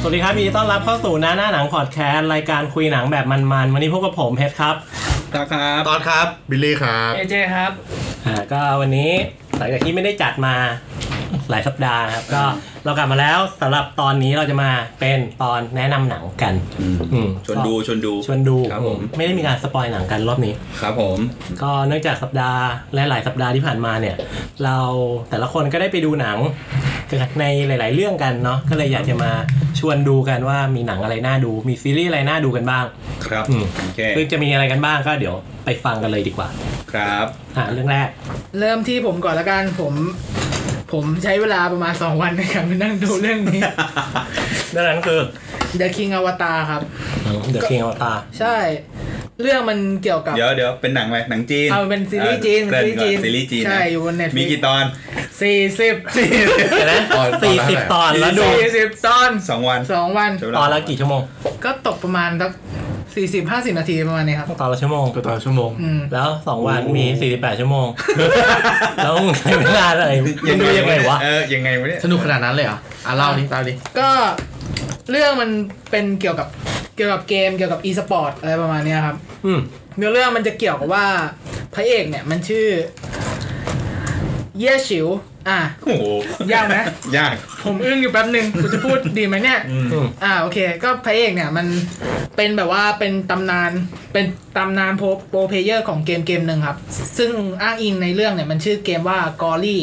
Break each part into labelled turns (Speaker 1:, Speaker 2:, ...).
Speaker 1: สวัสดีครับยินดีต้อนรับเข้าสู่หน้าหน้าหนังพอดแคสต์รายการคุยหนังแบบมันๆ วันนี้พบกับผมเพชรครับ
Speaker 2: ตาครับ
Speaker 3: ตอนครับ
Speaker 4: บิลลี่ครับ
Speaker 5: เอเจครับ
Speaker 1: อ่าก็วันนี้หลังจากที่ไม่ได้จัดมาหลายสัปดาห์นะครับ ก็เรากลับมาแล้วสำหรับตอนนี้เราจะมาเป็นตอนแนะนำหนังกันอืม
Speaker 2: ชวนดูชวนดู
Speaker 1: ชวนดู
Speaker 2: ครับผม
Speaker 1: ไม่ได้มีการสปอยหนังกันรอบนี้
Speaker 2: ครับผม
Speaker 1: ก็เนื่องจากสัปดาห์และหลายสัปดาห์ที่ผ่านมาเนี่ย เราแต่ละคนก็ได้ไปดูหนังในหลาย ๆ เรื่องกันเนาะก็เลยอยากจะมาชวนดูกันว่ามีหนังอะไรน่าดู มีซีรีส์อะไรน่าดูกันบ้าง
Speaker 2: ครับ
Speaker 1: อืม
Speaker 2: โอเค
Speaker 1: ซึ่งจะมีอะไรกันบ้างก็เดี๋ยวไปฟังกันเลยดีกว่า
Speaker 2: ครับ
Speaker 1: อ่ะเรื่องแรก
Speaker 5: เริ่มที่ผมก่อนละกันผม ผมใช้เวลาประมาณ 2 วันในการไปนั่งดูเรื่องนี้
Speaker 1: เรื่องนั้นคือ
Speaker 5: The King Avatar ครับ
Speaker 1: The King of Star
Speaker 5: ใช่ เรื่องมันเกี่ยวกับ
Speaker 2: เดี๋ยวเดี๋ยวเป็นหนังไหมหนังจีน
Speaker 5: เอาเป็นซีรีส์จีน
Speaker 2: เออเกริ่ก่อซีรีส์จี
Speaker 5: ใช่
Speaker 2: นะ
Speaker 5: อยู่บน Netflix
Speaker 2: มีกี่ตอน
Speaker 5: สี่สิบ
Speaker 1: เห็นไหม
Speaker 4: ตอน
Speaker 1: สี่
Speaker 4: ตอน
Speaker 1: สิบตอน
Speaker 4: ละเท่าไหร่
Speaker 1: แล้วดู
Speaker 5: สี่สิบตอน
Speaker 2: สองวัน
Speaker 5: สองวัน
Speaker 2: ใช้เว
Speaker 1: ตอนละกี่ชั่วโมง
Speaker 5: ก็ตกประมาณสักสี่สิบห้าสิบนาทีประมาณนี้ครับ
Speaker 1: ตอนละชั่วโมง
Speaker 4: ก็ตอนชั่วโมง
Speaker 5: อืม
Speaker 1: แล้วสองวันมีสี่สิบแปดชั่วโมง แล้วมึงใช้เวลาอะไรมึงดูยังไงวะ
Speaker 2: เออยังไงวะเนี่ย
Speaker 3: สนุกขนาดนั้นเลยเหรอ อ่ะเล่าดิเล่าดิ
Speaker 5: ก็เรื่องมันเป็นเกี่ยวกับเกี่ยวกับเกมเกี่ยวกับ e สปอร์ตอะไรประมาณเนี้ยครับ
Speaker 1: อืม
Speaker 5: เนื้อเรื่องมันจะเกี่ยวกับว่าพระเอกเนี่ยมันชื่อ เย่ฉิว อ่ะ
Speaker 2: โอ้โห
Speaker 5: ยากไหม
Speaker 2: ยาก
Speaker 5: ผมอึ้งอยู่แป๊บหนึ่งกูจะพูดดีไหมเนี่ย
Speaker 1: อืม
Speaker 5: อ่าโอเค ก็พระเอกเนี่ยมันเป็นแบบว่าเป็นตำนานเป็นตำนานโปรโปรเพลเยอร์ของเกมเกมหนึ่งครับ ซึ่งอ้างอิงในเรื่องเนี่ยมันชื่อเกมว่ากอรี่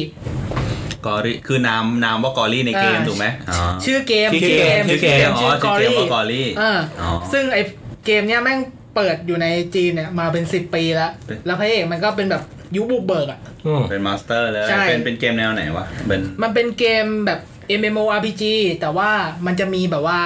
Speaker 2: กอรี่คือนามนามว่ากอรี่ในเกม
Speaker 5: อ่า
Speaker 2: ถูกไหมอ๋อ
Speaker 5: ชื่อเกม
Speaker 2: ชื่อเกมชื่อเกม
Speaker 5: ชื่อ
Speaker 2: อ๋
Speaker 5: ก
Speaker 2: อ
Speaker 5: อ
Speaker 2: ชื่อเกม
Speaker 5: รี่
Speaker 2: ว่ากอรี่
Speaker 5: เอออ
Speaker 2: อ
Speaker 5: ซึ่งไอเกมเนี่ยแม่งเปิดอยู่ในจีนเนี่ยมาเป็นสิบปีแล้ว แล้วพระเอกมันก็เป็นแบบยุคบุกเบิกอ่ะ
Speaker 1: อืม
Speaker 2: เป็นมาสเตอร์เลย
Speaker 5: ใช่
Speaker 2: เป็นเป็นเกมแนวไหนวะเป็น
Speaker 5: มันเป็นเกมแบบ MMORPG แต่ว่ามันจะมีแบบว่า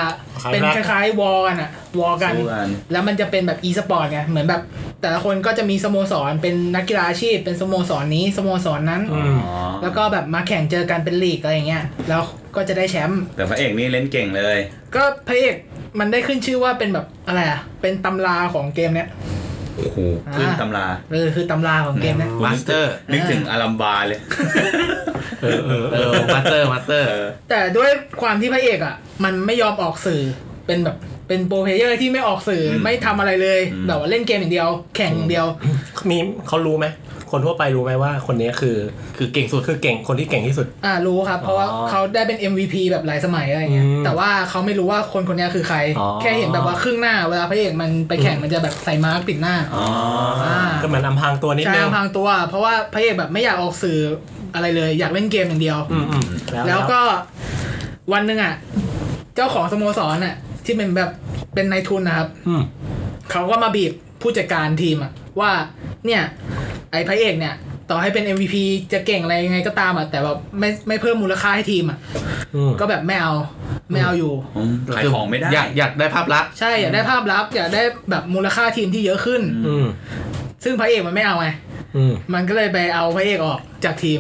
Speaker 5: เป็นคล้ายๆวอลกันอะวอลกัน
Speaker 2: สู้กัน
Speaker 5: แล้วมันจะเป็นแบบ e สปอร์ตไงเหมือนแบบ แต่ละคนก็จะมีสโมสรเป็นนักกีฬาอาชีพ เป็นสโมสรนี้สโมสรนั้น
Speaker 1: อืม
Speaker 2: อ๋อ
Speaker 5: แล้วก็แบบมาแข่งเจอกันเป็นลีกอะไรอย่างเงี้ยแล้วก็จะได้แชมป์
Speaker 2: แต่พระเอกนี่เล่นเก่งเลย
Speaker 5: ก็พระเอกมันได้ขึ้นชื่อว่าเป็นแบบอะไรอะเป็นตำราของเกมเนี้ย
Speaker 2: โอ้โห
Speaker 5: อ่า
Speaker 2: ขึ้นตำรา
Speaker 5: เออคือตำราของเกมเนี้ย
Speaker 3: มาสเตอร์
Speaker 2: นึกถึงอารัมบาเลย
Speaker 3: เออเออเออมาสเตอร์ มาสเตอร์
Speaker 5: แต่ด้วยความที่พระเอกอ่ะ มันไม่ยอมออกสื่อเป็นแบบเป็นโปรเพลเยอร์ที่ไม่ออกสื่ออ
Speaker 2: ม
Speaker 5: ไม่ทำอะไรเลย
Speaker 2: อืม
Speaker 5: แบบว่าเล่นเกมอย่างเดียว แข่งอย่างเดียว
Speaker 1: มีเขารู้ไหมคนทั่วไปรู้ไหมว่าคนนี้คือ
Speaker 3: คือเก่งสุด
Speaker 1: คือเก่งคนที่เก่งที่สุด
Speaker 5: อ่ารู้ครับ เพราะว่า
Speaker 1: อ๋อ
Speaker 5: เขาได้เป็น MVP แบบหลายสมัยอะไรเงี้ย
Speaker 1: อืม
Speaker 5: แต่ว่าเขาไม่รู้ว่าคนคนเนี้ยคือใคร
Speaker 1: อ๋อ
Speaker 5: แค่เห็นแบบว่าครึ่งหน้าเวลาพระเอกมันไปแข่งมันจะแบบใส่มาร์กปิดหน้า
Speaker 2: อ๋อ
Speaker 5: อ่า
Speaker 1: ก็เหมือนอำพรางตัวนิด
Speaker 5: ใช้
Speaker 1: นึง
Speaker 5: อำพรางตัว เพราะว่าพระเอกแบบไม่อยากออกสื่ออะไรเลยอยากเล่นเกมอย่างเดียว
Speaker 1: อืมอืม
Speaker 5: แล้วก็วันหนึ่งอ่ะเจ้าของสโมสรอ่ะที่เป็นแบบเป็นนายทุนนะครับ
Speaker 1: อืม
Speaker 5: เขาก็มาบีบผู้จัดการทีมอะว่าเนี่ย ไอ้พระเอกเนี่ย ต่อให้เป็น MVP จะเก่งอะไรยังไงก็ตามอะแต่แบบไม่ไม่เพิ่มมูลค่าให้ทีมอะ
Speaker 1: อืม
Speaker 5: ก็แบบไม่เอาไม่เอาอยู่
Speaker 2: ขายของไม่ได้
Speaker 3: อยากอยากได้ภาพลักษณ์
Speaker 5: ใช่อยากได้ภาพลับอยากได้แบบมูลค่าทีมที่เยอะขึ้น
Speaker 1: อืม
Speaker 5: ซึ่งพระเอกมันไม่เอาไง
Speaker 1: อืม
Speaker 5: มันก็เลยไปเอาพระเอกออกจากทีม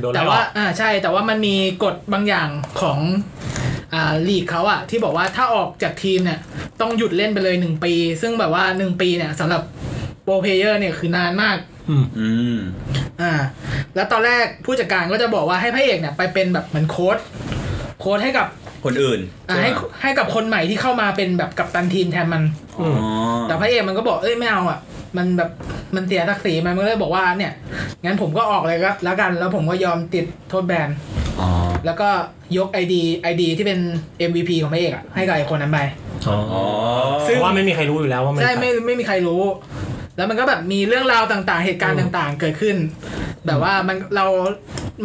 Speaker 1: โดน
Speaker 5: แต่
Speaker 1: ไล่อ
Speaker 5: ว่า
Speaker 1: อก
Speaker 5: อ่าใช่แต่ว่ามันมีกฎบางอย่างของอ่าลีกเขาอะที่บอกว่าถ้าออกจากทีมเนี่ยต้องหยุดเล่นไปเลยหนึ่งปี ซึ่งแบบว่าหนึ่งปีเนี่ยสำหรับโปรเพลเยอร์เนี่ยคือนานมาก
Speaker 1: อืม
Speaker 2: อืม
Speaker 5: อ่าแล้วตอนแรกผู้จัดการก็จะบอกว่าให้พระเอกเนี่ยไปเป็นแบบเหมือนโค้ดโค้ดให้กับ
Speaker 2: คนอื่น
Speaker 5: อ่า
Speaker 2: ใช่ไหม
Speaker 5: ให้ให้กับคนใหม่ที่เข้ามาเป็นแบบกัปตันทีมแทนมัน
Speaker 2: อ๋อ
Speaker 5: แต่พระเอกมันก็บอกเอ้ยไม่เอาอ่ะมันแบบมันเสียศักดิ์ศรีมันมันก็เลยบอกว่าเนี่ยงั้นผมก็ออกเลยก็แล้วกันแล้วผมก็ยอมติดโทษแบน
Speaker 2: อ๋อ
Speaker 5: แล้วก็ยก ID ID ที่เป็น MVP ของพระเอกอ่ะให้กับไอ้คนนั้นไป
Speaker 1: อ๋อ
Speaker 2: อ๋อ
Speaker 5: ซึ่
Speaker 1: เพ
Speaker 5: ง
Speaker 1: ราะว่าไม่มีใครรู้อยู่แล้วว่ามัน
Speaker 5: ใช่ไม่ไม่มีใครรู้ แล้วมันก็แบบมีเรื่องราวต่างๆ เหตุการณ์ต่างๆ เกิดขึ้น แบบว่ามันเรา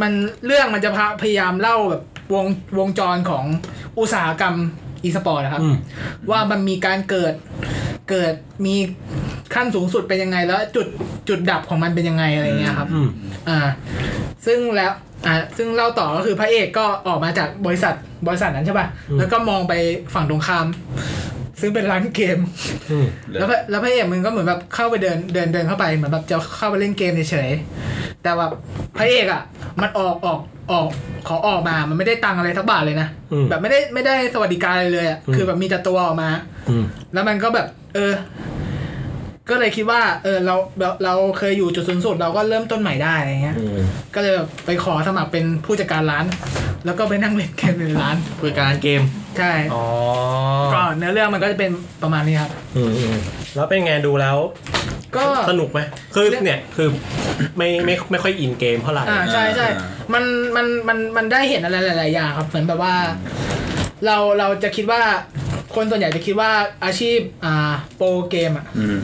Speaker 5: มันเรื่องมันจะพาพยายามเล่าแบบวงวงจรของอุตสาหกรรมอีสปอร์ตนะครับ
Speaker 1: อืม
Speaker 5: ว่ามันมีการเกิดเกิดมีขั้นสูงสุดเป็นยังไง แล้วจุดจุดดับของมันเป็นยังไงอะไรเงี้ยครับ
Speaker 1: อืม
Speaker 5: อ่า ซึ่งแล้วอ่าซึ่งเล่าต่อก็คือพระเอกก็ออกมาจากบริษัทบริษัทนั้นใช่ป่ะแล้วก็มองไปฝั่งตรงข้าม ซึ่งเป็นร้านเกม
Speaker 1: อืม
Speaker 2: เหลือ
Speaker 5: แล้วพระแล้วพระเอกมึงก็เหมือนแบบเข้าไปเดินเดินเดินเข้าไปเหมือนแบบจะเข้าไปเล่นเกมเฉยๆแต่แบบพระเอกอ่ะ มันออกออกออกขอออกมา มันไม่ได้ตังค์อะไรทักบาทเลยนะ
Speaker 1: อืม
Speaker 5: แบบไม่ได้ไม่ได้สวัสดิการอะไรเลยอ่ะ
Speaker 1: อืม
Speaker 5: คือแบบมีแต่ตัวออกมา
Speaker 1: อืม
Speaker 5: แล้วมันก็แบบ เออ ก็เลยคิดว่า เออเราเราเราเคยอยู่จุดสูงสุดเราก็เริ่มต้นใหม่ได้อะไรเงี้ย
Speaker 1: อืม
Speaker 5: ก็เลยแบบไปขอสมัครเป็นผู้จัดการร้าน แล้วก็ไปนั่งเล่นเกมในร้าน
Speaker 3: ผู้จัดการเกม
Speaker 5: ใช่
Speaker 3: อ๋อ
Speaker 5: ก็เนื้อเรื่องมันก็จะเป็นประมาณนี้ครับ
Speaker 1: อืมอืมแล้วเป็นไงดูแล้ว
Speaker 5: ก็
Speaker 1: สนุกไหมคือเนี่ยคือไม่ไม่ไม่ค่อยอินเกมเท่าไหร่
Speaker 5: อ่าใช่ใช่
Speaker 2: อ่า
Speaker 5: มันมันมันมันได้เห็นอะไรหลาย ๆ อย่างครับเหมือนแบบว่า เราเราจะคิดว่าคนส่วนใหญ่จะคิดว่าอาชีพอ่าโปรเกมอ่ะ
Speaker 2: อืม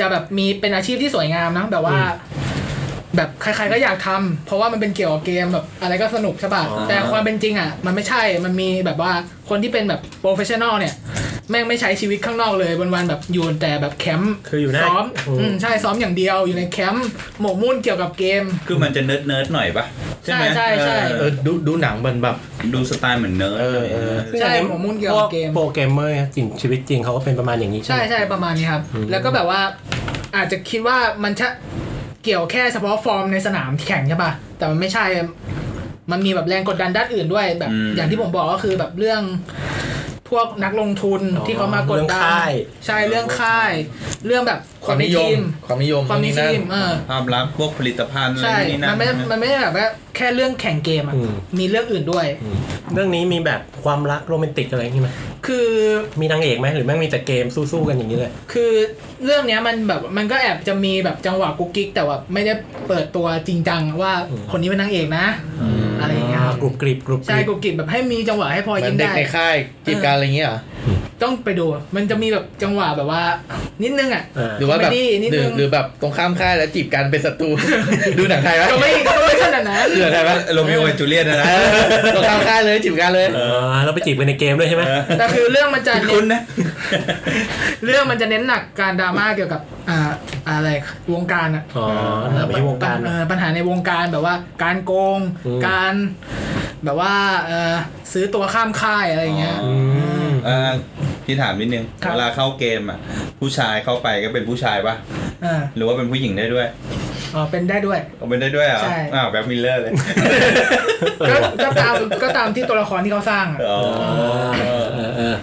Speaker 5: จะแบบมีเป็นอาชีพที่สวยงามนะแบบว่า
Speaker 1: อืม
Speaker 5: แบบใคร ๆ ก็อยากทำเพราะว่ามันเป็นเกี่ยวกับเกมแบบอะไรก็สนุกใช่ป่ะ
Speaker 1: อ๋อ
Speaker 5: แต่ความเป็นจริงอ่ะ มันไม่ใช่มันมีแบบว่าคนที่เป็นแบบโปรเฟชชั่นอลเนี่ย แม่งไม่ใช้ชีวิตข้างนอกเลยวันๆแบบอยู่แต่แบบแคมป์
Speaker 1: คืออยู่หน้า
Speaker 5: ซ้อม
Speaker 1: อืม
Speaker 5: อืมใช่ซ้อมอย่างเดียวอยู่ในแคมป์หมกมุ่นเกี่ยวกับเกม
Speaker 2: คือมันจะเนิร์ดเนิร์ดๆหน่อยปะใช่ไหม
Speaker 5: ใช่ใช่ใช่
Speaker 2: เอ
Speaker 3: เอ
Speaker 2: อ
Speaker 3: อดูดูหนังมันแบบ
Speaker 2: ดูสไตล์เหมือนเนิร์ด
Speaker 3: เออ
Speaker 2: หน่อย
Speaker 3: เออ
Speaker 5: ใช่ผมมุ่งเกี่ยวกับเกม
Speaker 1: พวโปรแกรมเมอร์จริงชีวิตจริงเขาก็เป็นประมาณอย่างนี้
Speaker 5: ใช่
Speaker 1: ไหม
Speaker 5: ใช่ประมาณนี้ครับ
Speaker 1: อืม
Speaker 5: แล้วก็แบบว่าอาจจะคิดว่ามันจะเกี่ยวแค่เฉพาะฟอร์มในสนามที่แข่งใช่ป่ะ แต่มันไม่ใช่ มันมีแบบแรงกดดันด้านอื่นด้วยแบบอย่างที่ผมบอกก็คือแบบเรื่องพวกนักลงทุนที่เขามากด
Speaker 1: เรื่อง
Speaker 5: ดัน
Speaker 1: ค่าย
Speaker 5: ใช่เรื่องค่าย เรื่องแบบ
Speaker 3: ความ
Speaker 5: ใน
Speaker 3: นิยม
Speaker 5: ทีม
Speaker 3: ความนิยม
Speaker 5: ความนิยมเออ
Speaker 2: ภาพลักษณ์พวกผลิตภัณฑ์อะไร
Speaker 5: ใช่
Speaker 2: นี่นั่น
Speaker 5: มันไม่
Speaker 2: ใช่ไหม
Speaker 5: มันไม่ได้แบบว่าแค่เรื่องแข่งเกมอะ
Speaker 1: อืม
Speaker 5: มีเรื่องอื่นด้วย
Speaker 1: เรื่องนี้มีแบบความรักโรแมนติกอะไรอย่างนี้ไหม
Speaker 5: คือ
Speaker 1: มีนางเอกไหมหรือแม่งมีแต่เกมสู้ๆกันอย่างนี้เลย
Speaker 5: คือเรื่องเนี้ยมันแบบมันก็แอบจะมีแบบจังหวะกุ๊กกิ๊กแต่ว่าไม่ได้เปิดตัวจริงจังว่า
Speaker 1: อืม
Speaker 5: คนนี้เป็นนางเอกนะ อะไรอย่างเงี้ยครับ
Speaker 1: กรุบกริบกรุบก
Speaker 5: ใช่
Speaker 1: ริบ
Speaker 5: กุ๊กกิ๊กแบบให้มีจังหวะให้พอ
Speaker 3: เหมือ
Speaker 5: ยิ้
Speaker 3: น
Speaker 5: ม
Speaker 3: เด็ก
Speaker 5: ได้
Speaker 3: ในค่ายจีบกันอะไรเงี้ยเหรอ
Speaker 5: ต้องไปดู มันจะมีแบบจังหวะแบบว่า นิดนึงอ่ะ
Speaker 1: เออ
Speaker 3: หรือว่าแบบ
Speaker 5: comedy นิด
Speaker 3: ห
Speaker 5: นึ
Speaker 3: รื
Speaker 5: ง
Speaker 3: อหรือแบบตรงข้ามค่ายแล้วจีบกันเป็นศั ตรู ดูหนังไทยไหม
Speaker 5: ก็ไม่ก็ไม่ขนาดนั้น
Speaker 3: ดูหนังไทยไหม
Speaker 2: โรมิโอกับจูเลียตนะนะ
Speaker 3: เออตรงข้ามค่ายเลยจีบกันเลย
Speaker 1: เออแล้วไปจีบกันในเกมด้วยใช่ไหม
Speaker 2: เออ
Speaker 5: แต่คือเรื่องมันจะเน้น
Speaker 2: คุณนะ
Speaker 5: เรื่องมันจะเน้นหนักการดราม่าเกี่ยวกับอ่าอะไรวงการอ่ะ
Speaker 1: อ๋อแล้วไปที่วงการ
Speaker 5: เออปัญหาในวงการแบบว่าการโกง
Speaker 1: อืม
Speaker 5: การแบบว่าเออซื้อตัวข้ามค่ายอะไรอย่างเงี้ย
Speaker 2: อ๋
Speaker 1: อืม
Speaker 2: เออพี่ถามนิดนึง
Speaker 5: ครับ
Speaker 2: เวลาเข้าเกมอ่ะ ผู้ชายเข้าไปก็เป็นผู้ชายปะ
Speaker 5: เออ
Speaker 2: หรือว่าเป็นผู้หญิงได้ด้วย
Speaker 5: อ๋อเป็นได้ด้วย
Speaker 2: เอาเป็นได้ด้วยเหรอ
Speaker 5: ใช่
Speaker 2: อ้าวแบ็คมิลเลอร์เลย
Speaker 5: ก็ก็ตามก็ตามที่ตัวละครที่เขาสร้าง อะ
Speaker 2: อ๋อ
Speaker 1: เออเออ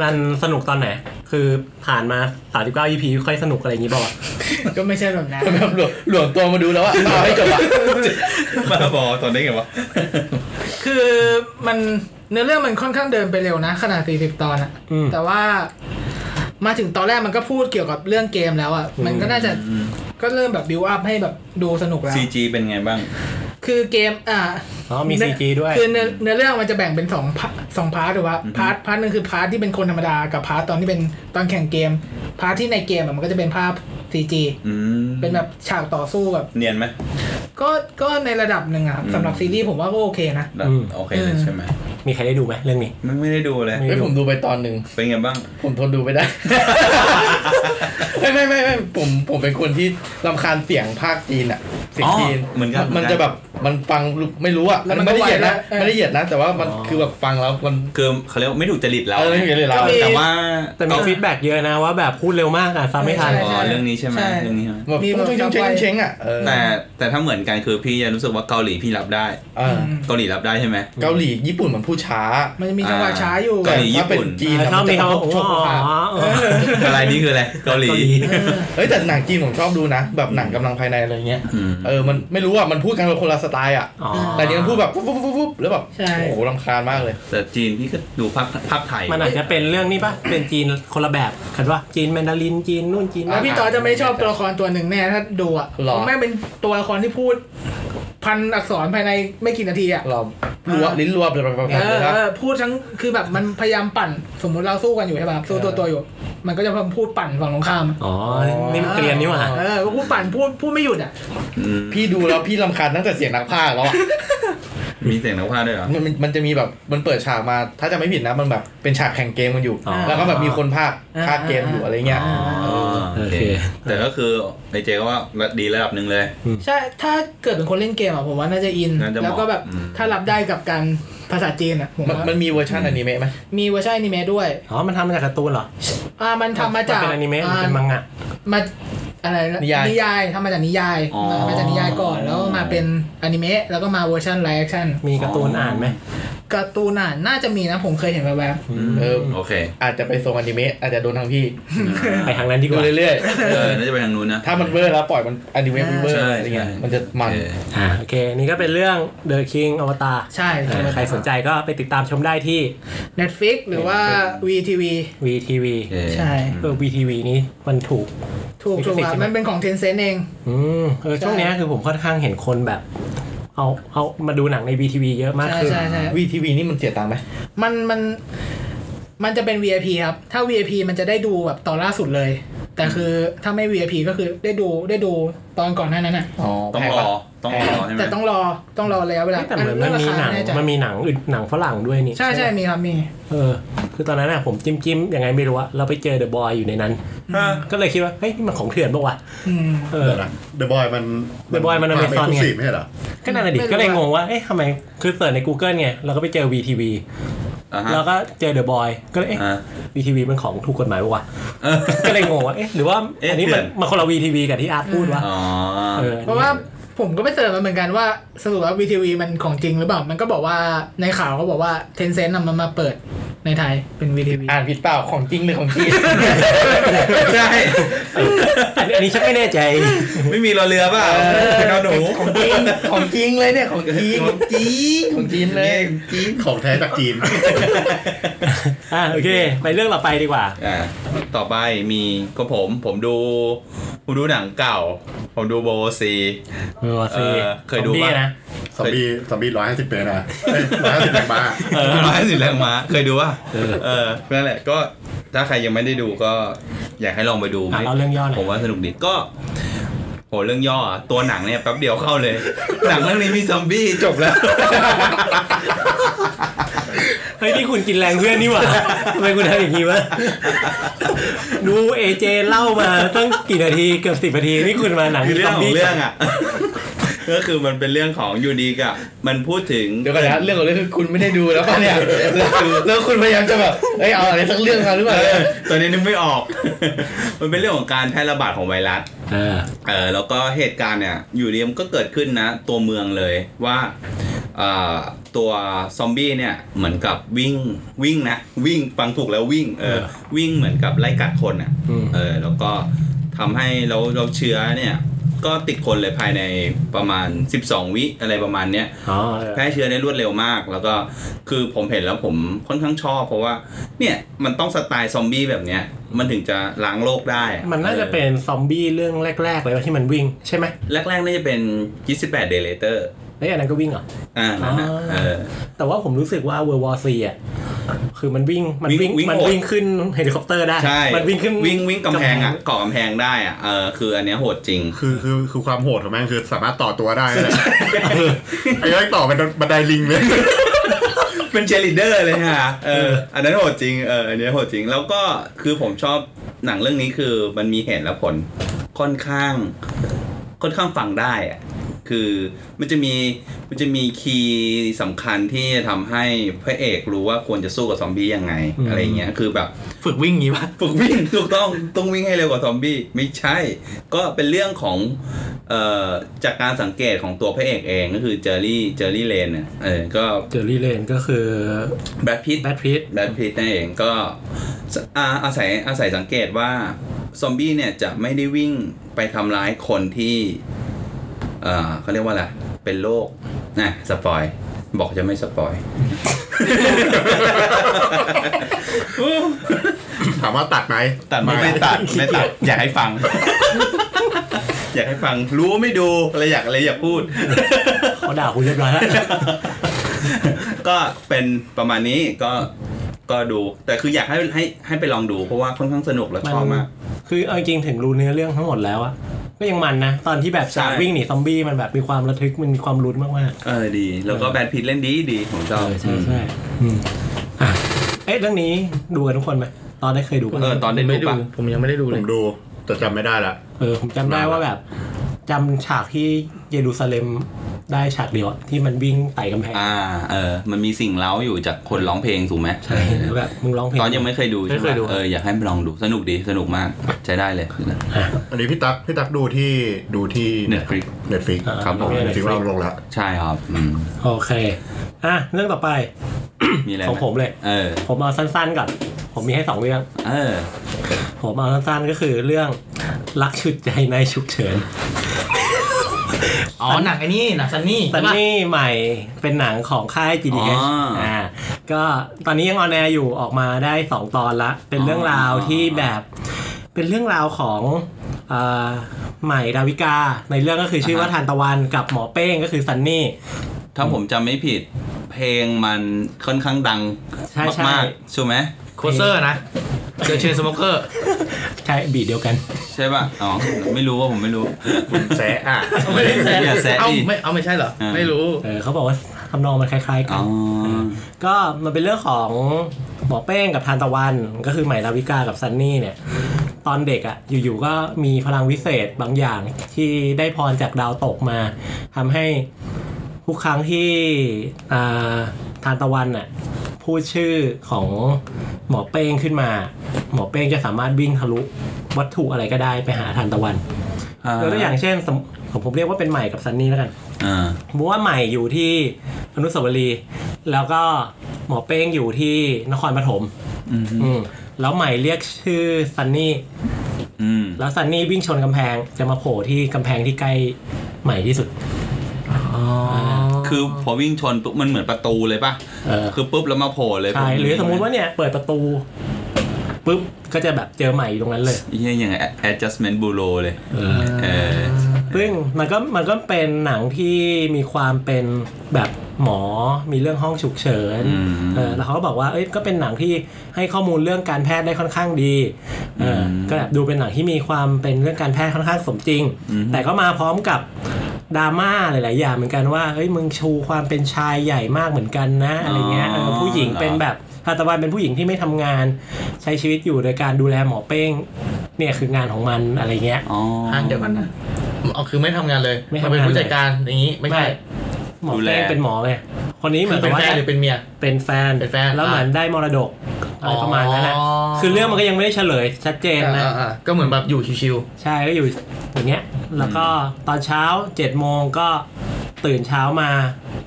Speaker 1: มันสนุกตอนไหน คือผ่านมา 39 EP ค่อยสนุกอะไรอย่างนี้บอก
Speaker 5: ก็ไม่ใช่แบบนั้น
Speaker 3: แบบหลวมหลวมตัวมาดูแล้วอะเอาให้จบอะ
Speaker 2: มาบอกตอนนี้ไงวะ
Speaker 5: คือมันเนื้อเรื่องมันค่อนข้างเดินไปเร็วนะ ขนาด 40 ตอนอะ
Speaker 1: อืม
Speaker 5: แต่ว่ามาถึงตอนแรกมันก็พูดเกี่ยวกับเรื่องเกมแล้วอะมันก็น่าจะก็เริ่มแบบบิวอัพให้แบบดูสนุกแล้ว
Speaker 2: ซีจีเป็นไงบ้าง
Speaker 5: คือเกมอ่า
Speaker 1: อ๋อมี CG ด้วย
Speaker 5: คือเนื้อเนื้อเรื่องมันจะแบ่งเป็นสองพาร์ทสองพาร์ทหรือว่า
Speaker 2: อือฮึ
Speaker 5: พาร์ทพาร์ทหนึ่งคือพาร์ทที่เป็นคนธรรมดากับพาร์ทตอนที่เป็นตอนแข่งเกม พาร์ทที่ในเกมอะมันก็จะเป็นภาพ CG
Speaker 2: อืม
Speaker 5: เป็นแบบฉากต่อสู้แบบ
Speaker 2: เนียนไหม
Speaker 5: ก็ก็ในระดับหนึ่งอะครับ
Speaker 2: อืม
Speaker 5: สำหรับซีรีส์ผมว่าก็โอเคนะ
Speaker 2: แบบ
Speaker 1: อืม
Speaker 2: โอเคเลยใช่ไหม
Speaker 1: มีใครได้ดูไหมเรื่องนี้
Speaker 2: ไม่ไม่ได้ดูเลย
Speaker 1: ไม่
Speaker 3: เฮ้ยผมดูไปตอนหนึ่ง
Speaker 2: เป็นไงบ้าง
Speaker 3: ผมทนดูไม่ได้ ไม่ไม่ไม่ไม่ผมผมเป็นคนที่รำคาญเสียงภาคจีนอะเสียง
Speaker 2: อ๋อ
Speaker 3: จีน
Speaker 2: เหมือนกัน
Speaker 3: มัน
Speaker 2: เหมือนกัน
Speaker 3: จะแบบมันฟังไม่รู้อะ
Speaker 5: แล้วมัน
Speaker 3: ไม่ได้เหยียดนะ
Speaker 5: ก็ไวด้วย
Speaker 3: ไม่ได้เหยียดนะ แต่ว่ามัน
Speaker 1: อ๋อ
Speaker 3: คือแบบฟังแล้วมัน
Speaker 2: คือเขาเรียกว่าไม่ถูกจริตเรา
Speaker 3: เออไม่เหมือนเลยเรา
Speaker 5: ก็มี
Speaker 2: แต่ว่า
Speaker 1: แต่มีฟีดแบ็กเยอะนะว่าแบบพูดเร็วมากอ่ะฟังไม่ทัน
Speaker 5: ใช่
Speaker 2: อ๋
Speaker 5: ใช่
Speaker 2: อเรื่องนี้ใช่ไหม
Speaker 5: ใช่
Speaker 2: เรื่องนี้ใช่ไหม
Speaker 3: แบบ
Speaker 5: มี
Speaker 3: ต้องเชง
Speaker 5: แบบ
Speaker 3: เชงๆอะเออ
Speaker 2: แต่แต่ถ้าเหมือนกันคือพี่ยังรู้สึกว่าเกาหลีพี่รับได้
Speaker 3: เออ
Speaker 5: ม
Speaker 2: เกาหลีรับได้ใช่ไหม
Speaker 3: เกาหลีญี่ปุ่นเหมือนผู้ช้า
Speaker 5: มันจะมีจังหวะช้าอยู่
Speaker 2: เกาหลี
Speaker 3: แต่ถ้าเป็น
Speaker 1: เออ
Speaker 3: จีนอะ
Speaker 1: ชอบมี
Speaker 3: มันจะ
Speaker 1: เขาอ๋อ
Speaker 3: แบบโฉบภาพ
Speaker 1: เออ
Speaker 2: อะไรนี่คืออะไรเกาหลี
Speaker 1: เกาหลี
Speaker 3: เฮ้ยแต่หนังจีนผมชอบดูนะ แบบหนังกำลังภายในอะไรเงี้ย
Speaker 2: อืม
Speaker 3: เออมันไม่รู้อะมันพูดกันคนละสไตล์อะ
Speaker 1: อ๋อ
Speaker 3: แต่นี่มันพูดแบบฟุ๊บฟุ๊บฟุ๊บฟุ๊บแล้วแบบ
Speaker 5: ใช่
Speaker 3: โอ้โหรำคาญมากเลย
Speaker 2: แต่จีนพี่ก็ดูภาพภาพไทย
Speaker 1: มันอาจจะเป็นเรื่องนี้ปะเป็นจีนคนละแบบคันว่าจีนแมนดารินจีนนู่นจีน
Speaker 5: แล้ว
Speaker 1: นั่น
Speaker 5: พี่ต่อจะไม่ชอบตัวละครตัวหนึ่งแน่ถ้าดูอะ
Speaker 3: หรอ
Speaker 5: ผมไม่งเป็นตัวละครที่พูด พันอักษรภายในไม่กี่นาทีอะ
Speaker 3: เรารัว
Speaker 5: อ่า
Speaker 3: ลิ้นรัวแบบแบบแบบ
Speaker 5: เออ
Speaker 3: แบบนี้ครับ
Speaker 5: เออพูดทั้งคือแบบมันพยายามปั่น สมมุติเราสู้กันอยู่ใช่ป่ะสู้ตัวตัวอยู่ มันก็จะพยายามพูดปั่นฝั่งตรงข้าม
Speaker 1: อ๋อ นี่มันเกรียนนี่หว่า
Speaker 5: เออก็พูดปั่นพูดพูดไม่หยุดอ่ะ
Speaker 2: อืม
Speaker 3: พี่ดูแล้วพี่รำคาญตั้งแต่เสียงนักพากย์แล้วอ่ะ
Speaker 2: มีเสียงนักพากย์ด้วยเหรอ
Speaker 3: มันมันมันจะมีแบบมันเปิดฉากมา ถ้าจะไม่ผิดนะมันแบบเป็นฉากแข่งเกมกันอยู่
Speaker 1: อ๋อ
Speaker 3: แล้วก็แบบมีคนพากย์
Speaker 5: อ่า
Speaker 3: พากย์เกมอยู่อะไรเงี้ย
Speaker 2: อ๋อ
Speaker 1: โอเค
Speaker 2: แต่ก็คือในเจก็ว่าดีระดับหนึ่งเลย
Speaker 5: ใช่ถ้าเกิดเป็นคนเล่นเกมอ่ะผมว่าน่าจะอิน
Speaker 2: น่าจะเหมาะ
Speaker 5: แล้วก็แบบ
Speaker 2: อืม
Speaker 5: ถ้ารับได้กับการภาษาจีนอ่ะผม
Speaker 3: มัน
Speaker 5: ว่า
Speaker 3: มันมีเวอร์ชันอนิเมะไหม
Speaker 5: มีเวอร์ชันอนิเมะด้วย
Speaker 1: อ๋อ มันทำมาจากการ์ตูนเหรอ
Speaker 5: อ่ามันทำมาจา
Speaker 1: น
Speaker 5: ก
Speaker 1: เป็นอนิเมะหรือเป็นมังงะ
Speaker 5: มา อะไร
Speaker 3: นิยาย
Speaker 5: นิยายทำมาจากนิยาย
Speaker 2: อ๋อ
Speaker 5: มามาจากนิยายก่อนแล้วมาเป็นอนิเมะแล้วก็มาเวอร์ชันไลฟ์แอคชั่น
Speaker 1: มีการ์ตูนอ่านไหม
Speaker 5: การ์ตูนอ่านน่าจะมีนะผมเคยเห็นแวบ
Speaker 3: เออ
Speaker 2: โอเค
Speaker 3: อาจจะไปส่งอนิเมะอาจจะโดนทางพี่
Speaker 1: ไปทางนั้นดีก
Speaker 3: ดู
Speaker 1: ว่า
Speaker 3: เรื่อย
Speaker 2: เออน่าจะไปทางนู้นนะ
Speaker 3: ๆ ถ้ามันเบอร์แล้วปล่อยมันอนิเมะมันเบอร์
Speaker 2: ใช่
Speaker 3: อะไรเงี้ย
Speaker 2: ใช่
Speaker 3: มันจะมัน
Speaker 2: โอเค
Speaker 1: อ่าโอเค นี่ก็เป็นเรื่อง The King อวตาร
Speaker 5: ๆ ใช่ใช่
Speaker 1: ใครสนใจก็ไปติดตามชมได้ที่
Speaker 5: Netflix หรือว่า VTV
Speaker 1: VTV
Speaker 2: โอเค
Speaker 5: ใช่
Speaker 1: เออ VTV นี้มันถูก
Speaker 5: ถูกถูก
Speaker 1: Netflix
Speaker 5: อ่ะ
Speaker 1: ใช่ไหม
Speaker 5: มันเป็นของ Tencent เอง
Speaker 1: อืมเออ
Speaker 5: ใช่
Speaker 1: ช่วงเนี้ยคือผมค่อนข้างเห็นคนแบบ เอาเอามาดูหนังใน VTV เยอะมาก
Speaker 5: ใช่
Speaker 1: ขึ้น
Speaker 5: ใช่ใช่
Speaker 3: วีทีวีนี่มันเสียตังค์ไหม
Speaker 5: มันมันมันจะเป็น VIP ครับ ถ้า VIP มันจะได้ดูแบบตอนล่าสุดเลย แต่คือถ้าไม่ VIP ก็คือได้ดูได้ดูตอนก่อนหน้านั้นอ่ะ
Speaker 3: อ๋อ
Speaker 2: ต้อง
Speaker 3: แพ
Speaker 2: รอ
Speaker 3: ปะ
Speaker 2: ต้องรอใช่ไหม
Speaker 5: แต่ต้องรอต้องรอระยะเวลา
Speaker 1: เอ้ยแต่เหมือนมัน
Speaker 5: เรื่ง
Speaker 1: มี
Speaker 5: รา
Speaker 1: ห
Speaker 5: คา
Speaker 1: นัง
Speaker 5: ไแใจ
Speaker 1: มันมีหนังอื่นหนังฝรั่งด้วยนี่
Speaker 5: ใช่ใช่
Speaker 1: ปะ
Speaker 5: มีครับมี
Speaker 1: เออ คือตอนนั้นอะผมจิ้มจิ้มยังไงไม่รู้อะเราไปเจอ The Boy อยู่ในนั้น
Speaker 2: ฮะ
Speaker 1: ก็เลยคิดว่า เฮ้ยนี่มันของเถื่อนปะวะ
Speaker 5: อืม
Speaker 1: เออ
Speaker 4: เดี๋ยวนะ The Boy มัน
Speaker 1: The Boy มัน Amazon ไง
Speaker 4: ไงไม่ใช่เหรอ
Speaker 1: ก็นั่นแหละดิ
Speaker 5: ไม่รู้
Speaker 1: ก็เลย
Speaker 5: อะ
Speaker 1: งงว่า เอ๊ะทำไม คือเสิร์ชใน Google ไง เราก็ไปเจอ VTV
Speaker 2: อ่าฮะ
Speaker 1: แล้วก็เจอ The Boy ก็เลย เอ๊ะ
Speaker 2: อ่า
Speaker 1: VTV มันของถูกกฎหมายปะวะ
Speaker 2: เออ
Speaker 1: ก็เลยงงว่า เอ๊ะ หรือว่า
Speaker 2: เอ๊ะ
Speaker 1: อันนี้มัน
Speaker 2: เถื่อน
Speaker 1: มันคนละ VTV กับที่อาร์ตพูดวะ
Speaker 2: อ๋อ
Speaker 1: เออ
Speaker 5: เพราะว่าผมก็ไปเสิร์ชมาเหมือนกันว่าสรุปว่า VTV มันของจริงหรือเปล่า มันก็บอกว่าในข่าวเขาบอกว่า Tencent นํมันมาเปิดในไทยเป็น VTV
Speaker 3: อ่านผิดเปล่าของจริงหรือ ของจีน
Speaker 2: ใช่
Speaker 1: อันนี้อันนี้ฉันไม่แน่ใจ
Speaker 2: ไม่มีรอเรือเปล่าเป็นนอนหนู
Speaker 3: ของจริงของจริงเลยเนี่ยของจริงของจีนเลย
Speaker 4: ของแท้จากจีน
Speaker 1: อ่าโอเค ไปเรื่องเราไปดีกว่า
Speaker 2: อ่าต่อไปมีก็ผมผมดู ผมดูหนังเก่า ผมดูโบซี
Speaker 1: เออซี
Speaker 2: เออเคยดู
Speaker 1: ซอม
Speaker 2: ปะ
Speaker 1: บี้นะ
Speaker 4: ซอมบี้ซอมบี้ร้อยห้าสิบเมตรนะร้อยห้าสิบแรงม้า
Speaker 2: ร้อยสิบแรงม้าเคยดูป่ะเออนั่นแหละก็ถ้าใครยังไม่ได้ดูก็อยากให้ลองไปดู
Speaker 1: อ่ะเล่าเรื่องย่อหน่อย
Speaker 2: ผมว่าสนุกดีก็โหเรื่องย่ออะตัวหนังเนี่ยแป๊บเดียวเข้าเลย หนังเรื่องนี้มีซอมบี้จบแล้ว
Speaker 1: เฮ้ยนี่คุณกินแรงเพื่อนนี่หว่าทำไมคุณทำอย่างนี้วะ ดูเอเจเล่ามาตั้งกี่นาทีเกือบสิบนาที นี่คุณมาหนัง
Speaker 2: คือเรื่อง
Speaker 1: ซม
Speaker 2: ของ
Speaker 1: บี้
Speaker 2: เรื่องอ่ะ ก็คือมันเป็นเรื่องของยูดีกอะมันพูดถึง
Speaker 3: เดี๋ยวก่อนนะเรื่องของเรื่องคือคุณไม่ได้ดูแล้วป่ะเนี่ยแล้วแล้วคุณพยายามจะแบบเอ้ยเอาอะไรสักเรื่องมาหรือเปล่าเนี่ย
Speaker 2: ตอนนี้นึกไม่ออก มันเป็นเรื่องของการแพร่ระบาดของไวรัส
Speaker 1: เออ
Speaker 2: เออแล้วก็เหตุการณ์เนี่ยอยู่ดีมันก็เกิดขึ้นนะ ตัวเมืองเลยว่าเอ่อตัวซอมบี้เนี่ยเหมือนกับวิ่งวิ่งนะวิ่งฟังถูกแล้ววิ่งเออ
Speaker 1: เออ
Speaker 2: วิ่งเหมือนกับไล่กัดคนอ่ะ
Speaker 1: อืม
Speaker 2: เออแล้วก็ทำให้เราเราเชื้อเนี่ยก็ติดคนเลยภายในประมาณ 12 วิอะไรประมาณเนี้ย
Speaker 1: อ๋อ
Speaker 2: แพร่เชื้อได้รวดเร็วมาก แล้วก็คือผมเห็นแล้วผมค่อนข้างชอบ เพราะว่าเนี่ยมันต้องสไตล์ซอมบี้แบบเนี้ยมันถึงจะล้างโลกได้อ
Speaker 1: มันน่าจะเป็นซอมบี้เรื่องแรก ๆ เลยว่าที่มันวิ่งใช่ไหม
Speaker 2: แรกๆน่าจะเป็น 28 Day Later
Speaker 1: เฮ้ยอันนั้นก็วิ่งเหรอ
Speaker 2: อ่านั่นน่ะ
Speaker 1: อ๋อ
Speaker 2: เออ
Speaker 1: แต่ว่าผมรู้สึกว่าเวอร์วอซีอ่ะคือมันวิ่งมันวิ่ง
Speaker 2: วิ่งวิ่ง
Speaker 1: มัน
Speaker 2: โหด
Speaker 1: วิ่งขึ้นเฮลิคอปเตอร์ได้
Speaker 2: ใช่
Speaker 1: มันวิ่งขึ้น
Speaker 2: วิ่งวิ่งกำแพงอ่ะก่อกำแพงได้อ่ะเออคืออันเนี้ยโหดจริง
Speaker 4: คือคือคือความโหดของแม่งคือสามารถต่อตัวได้เลยไอ้แม่งต่อเป็นบันไดลิงเลย
Speaker 2: เป็นเชลิเดอร์เลยฮะเอออันนั้นโหดจริงเอออันนี้โหดจริง แล้วก็คือผมชอบหนังเรื่องนี้คือมันมีเหตุและผลค่อนข้าง ค่อนข้างฟังได้อะคือมันจะมีมันจะมีคีย์สำคัญที่จะทำให้พระเอกรู้ว่าควรจะสู้กับซอมบี้ยังไงอะไรเงี้ยคือแบบ
Speaker 1: ฝึกวิ่งงี้ป่ะ
Speaker 2: ฝึกวิ่งถูกต้องต้องวิ่งให้เร็วกว่าซอมบี้ไม่ใช่ ก็เป็นเรื่องของเอ่อจากการสังเกตของตัวพระเอกเองก็คือเจอรี่เจอรี่เลนเนี่ยเออก็
Speaker 1: เจอรี่เลนก็คือ
Speaker 2: แบทพิท
Speaker 1: แบทพีท
Speaker 2: แบทพิทนั่นเองก็สอาอาศัยอาศัยสังเกตว่า ซอมบี้เนี่ยจะไม่ได้วิ่งไปทำร้ายคนที่ เอ่อเขาเรียกว่าอะไรเป็นโรคนะสปอย บอกจะไม่สปอย
Speaker 4: ถามว่าตัดไหม
Speaker 2: ตัดไหมไม่ตัดไม่ตัด อยากให้ฟัง อยากให้ฟังรู้ไม่ดูอะไรอยากอะไรอยากพูด
Speaker 1: เขาด่าคุณเรียบร้อยแล้ว
Speaker 2: ก็เป็นประมาณนี้ก็ก็ดู แต่คืออยากให้ให้ให้ไปลองดู เพราะว่าค่อนข้างสนุกและชอบมาก
Speaker 1: คือเอาจริงๆถึงรู้เนื้อเรื่องทั้งหมดแล้วอะก็ยังมันนะ ตอนที่แบบฉาก
Speaker 2: ใช่
Speaker 1: วิ่งหนีซอมบี้มันแบบมีความระทึกมันมีความลุ้นมาก
Speaker 2: เออดี แล้วก็แบทพิทเล่นดีดีผมช
Speaker 1: ๆ
Speaker 2: อบ
Speaker 1: อืมอ่ะเอ๊ะเรื่องนี้ดูกันทุกคนไหมตอนได้เคยดูปะ
Speaker 2: เออตอนเด็ก
Speaker 3: ไม่
Speaker 2: ดู
Speaker 3: ดู
Speaker 2: ปะ
Speaker 3: ผมยังไม่ได้ดู
Speaker 4: ผ
Speaker 3: เลย
Speaker 4: มดูแต่จำไม่ได้ละ
Speaker 1: เออผมจำได้ว่าแบบจำฉากที่เยรูซาเล็ม ได้ฉากเดียวอะที่มันวิ่งไต่กำแพง
Speaker 2: อ่า เออ มันมีสิ่งเล้าอยู่จากคนร้องเพลงถูกไหม
Speaker 1: ใช่แล้วแบบมึงร้องเพลง
Speaker 2: ตอนยังไม่เคยดูใช่
Speaker 1: ไม่
Speaker 2: ไห
Speaker 1: เค
Speaker 2: ม
Speaker 1: ยดู
Speaker 2: เอออยากให้ไปลองดูสนุกดีสนุกมากใช้ได้เลย
Speaker 4: อันนี้พี่ตั๊กพี่ตั๊กดูที่ดูที่
Speaker 2: Netflix
Speaker 4: เน็ตฟิก
Speaker 2: ครับผม
Speaker 4: เน็ตฟิกเราลงแล้ว
Speaker 2: ใช่ครับอืม
Speaker 1: โอเคอ่ะเรื่องต่อไป
Speaker 2: มีอะไรไห
Speaker 1: ของผมเลย
Speaker 2: เออ
Speaker 1: ผมเอาสั้นๆก่อน ผมมีให้สองเรื่อง
Speaker 2: เออ
Speaker 1: ผมเอาสั้นๆก็คือเรื่องรักฉุดใจในฉุกเฉิ น
Speaker 6: อ๋อหนังไอ้นี่หนังซันนี่
Speaker 1: ซัน
Speaker 6: ใช่ปะ
Speaker 1: นี่ใหม่เป็นหนังของค่าย GDH
Speaker 2: อ๋ออ่
Speaker 1: อ่าก็ตอนนี้ยังออนแอร์อยู่ออกมาได้ 2 ตอนละ เป็นเรื่องราว
Speaker 2: อ๋อ
Speaker 1: ที่แบบเป็นเรื่องราวของอ่าใหม่ดาวิกา ในเรื่องก็คือชื่อว่าทานตะวันกับหมอเป้งก็คือซันนี่
Speaker 2: ถ้าผมจำไม่ผิด เพลงมันค่อนข้างดัง
Speaker 1: ใช่ใช่
Speaker 2: มากๆใช่ไหม
Speaker 6: โคเซอร์นะเจอเชนสโมเกอร์
Speaker 1: ใช่บีดเดียวกัน
Speaker 2: ใช่ป่ะอ๋อไม่รู้ว่าผม ไม่รู้
Speaker 4: คุณแซะอ่ะ
Speaker 3: ไม่ได้แซะ
Speaker 2: อย่าแซะดิ
Speaker 3: เอ้าไม่เอาไม่ใช่เหรอ
Speaker 2: อ่า
Speaker 3: ไม่รู้
Speaker 1: เออเขาบอกว่าทำนองมันคล้ายๆกั
Speaker 2: อ๋
Speaker 1: น
Speaker 2: อ
Speaker 1: ก็มันเป็นเรื่องของหมอเป้งกับทานตะวัน ก็คือใหม่ดาวิกากับซันนี่เนี่ย ตอนเด็กอะ่ะอยู่ๆก็มีพลังวิเศษบางอย่างที่ได้พรจากดาวตกมาทำให้ทุกครั้งที่อ่าทานตะวันอ่ะพูดชื่อของหมอเป้งขึ้นมา หมอเป้งจะสามารถวิ่งทะลุวัตถุอะไรก็ได้ไปหาทานตะวันยกตัวอย่างเช่นสมผมผมเรียกว่าเป็นใหม่กับซันนี่แล้วกัน
Speaker 2: อ่า
Speaker 1: สมมติว่าใหม่อยู่ที่อนุสาวรีย์แล้วก็หมอเป้งอยู่ที่นครปฐมอืมแล้วใหม่เรียกชื่อซันนี่
Speaker 2: อืม
Speaker 1: แล้วซันนี่วิ่งชนกำแพงจะมาโผล่ที่กำแพงที่ใกล้ใหม่ที่สุด
Speaker 2: คือพอวิ่งชนปุ๊บมันเหมือนประตูเลยป่ะ
Speaker 1: เออ
Speaker 2: คือปุ๊บแล้วมาโผล่เลย
Speaker 1: ใช่หรือสมมุติว่าเนี่ย เปิดประตูปุ๊บก็จะแบบเจอใหม่อยู่ตรงนั้นเลย
Speaker 2: เหี้ยอย่างไง adjustment bureau เลย
Speaker 1: เออ
Speaker 2: เออ
Speaker 1: ซึ่งมันก็มันก็เป็นหนังที่มีความเป็นแบบหมอมีเรื่องห้องฉุกเฉิน
Speaker 2: อืม
Speaker 1: เออแล้วเขาก็บอกว่าเอ้ยก็เป็นหนังที่ให้ข้อมูลเรื่องการแพทย์ได้ค่อนข้างดีเอออ
Speaker 2: ม
Speaker 1: ก็แบบดูเป็นหนังที่มีความเป็นเรื่องการแพทย์ค่อนข้างสมจริง
Speaker 2: อืม
Speaker 1: แต่ก็มาพร้อมกับดราม่าหลาย ๆ อย่างเหมือนกันว่าเฮ้ยมึงชูความเป็นชายใหญ่มากเหมือนกันนะอะไรเงี้ยเออผู้หญิงเป็นแบบทานตะวันเป็นผู้หญิงที่ไม่ทำงานใช้ชีวิตอยู่โดยการดูแลหมอเป้งเนี่ยคืองานของมันอะไรเงี้ย
Speaker 2: อ๋อ
Speaker 6: อ่ะเดี๋ยวก่อนนะ
Speaker 3: เอาคือไม่ทำงานเลย
Speaker 1: ไม่ทำงาน
Speaker 3: มันเป็นผู้จัดการอย่างนี้ไม่ใช่
Speaker 1: หมอ
Speaker 2: ดูแล
Speaker 1: เป้งเป็นหมอไงคนนี้เหมื
Speaker 3: คือ
Speaker 1: กับ
Speaker 3: อน เป็น
Speaker 1: ว่า
Speaker 3: แฟนหรือเป็นเมีย
Speaker 1: เป็นแฟน
Speaker 3: เป็นแฟน
Speaker 1: แล้วเหมือนได้มรดกอะไรประมาณนั้นแหละ
Speaker 3: อ๋อ
Speaker 1: คือเรื่องมันก็ยังไม่ได้เฉลยชัดเจนนะ
Speaker 3: อ่าอ่าก็เหมือนแบบอยู่ชิว
Speaker 1: ใช่ก็อยู่อย่างเงี้ยแล้วก็ตอนเช้า7จ็ดโมงก็ตื่นเช้ามา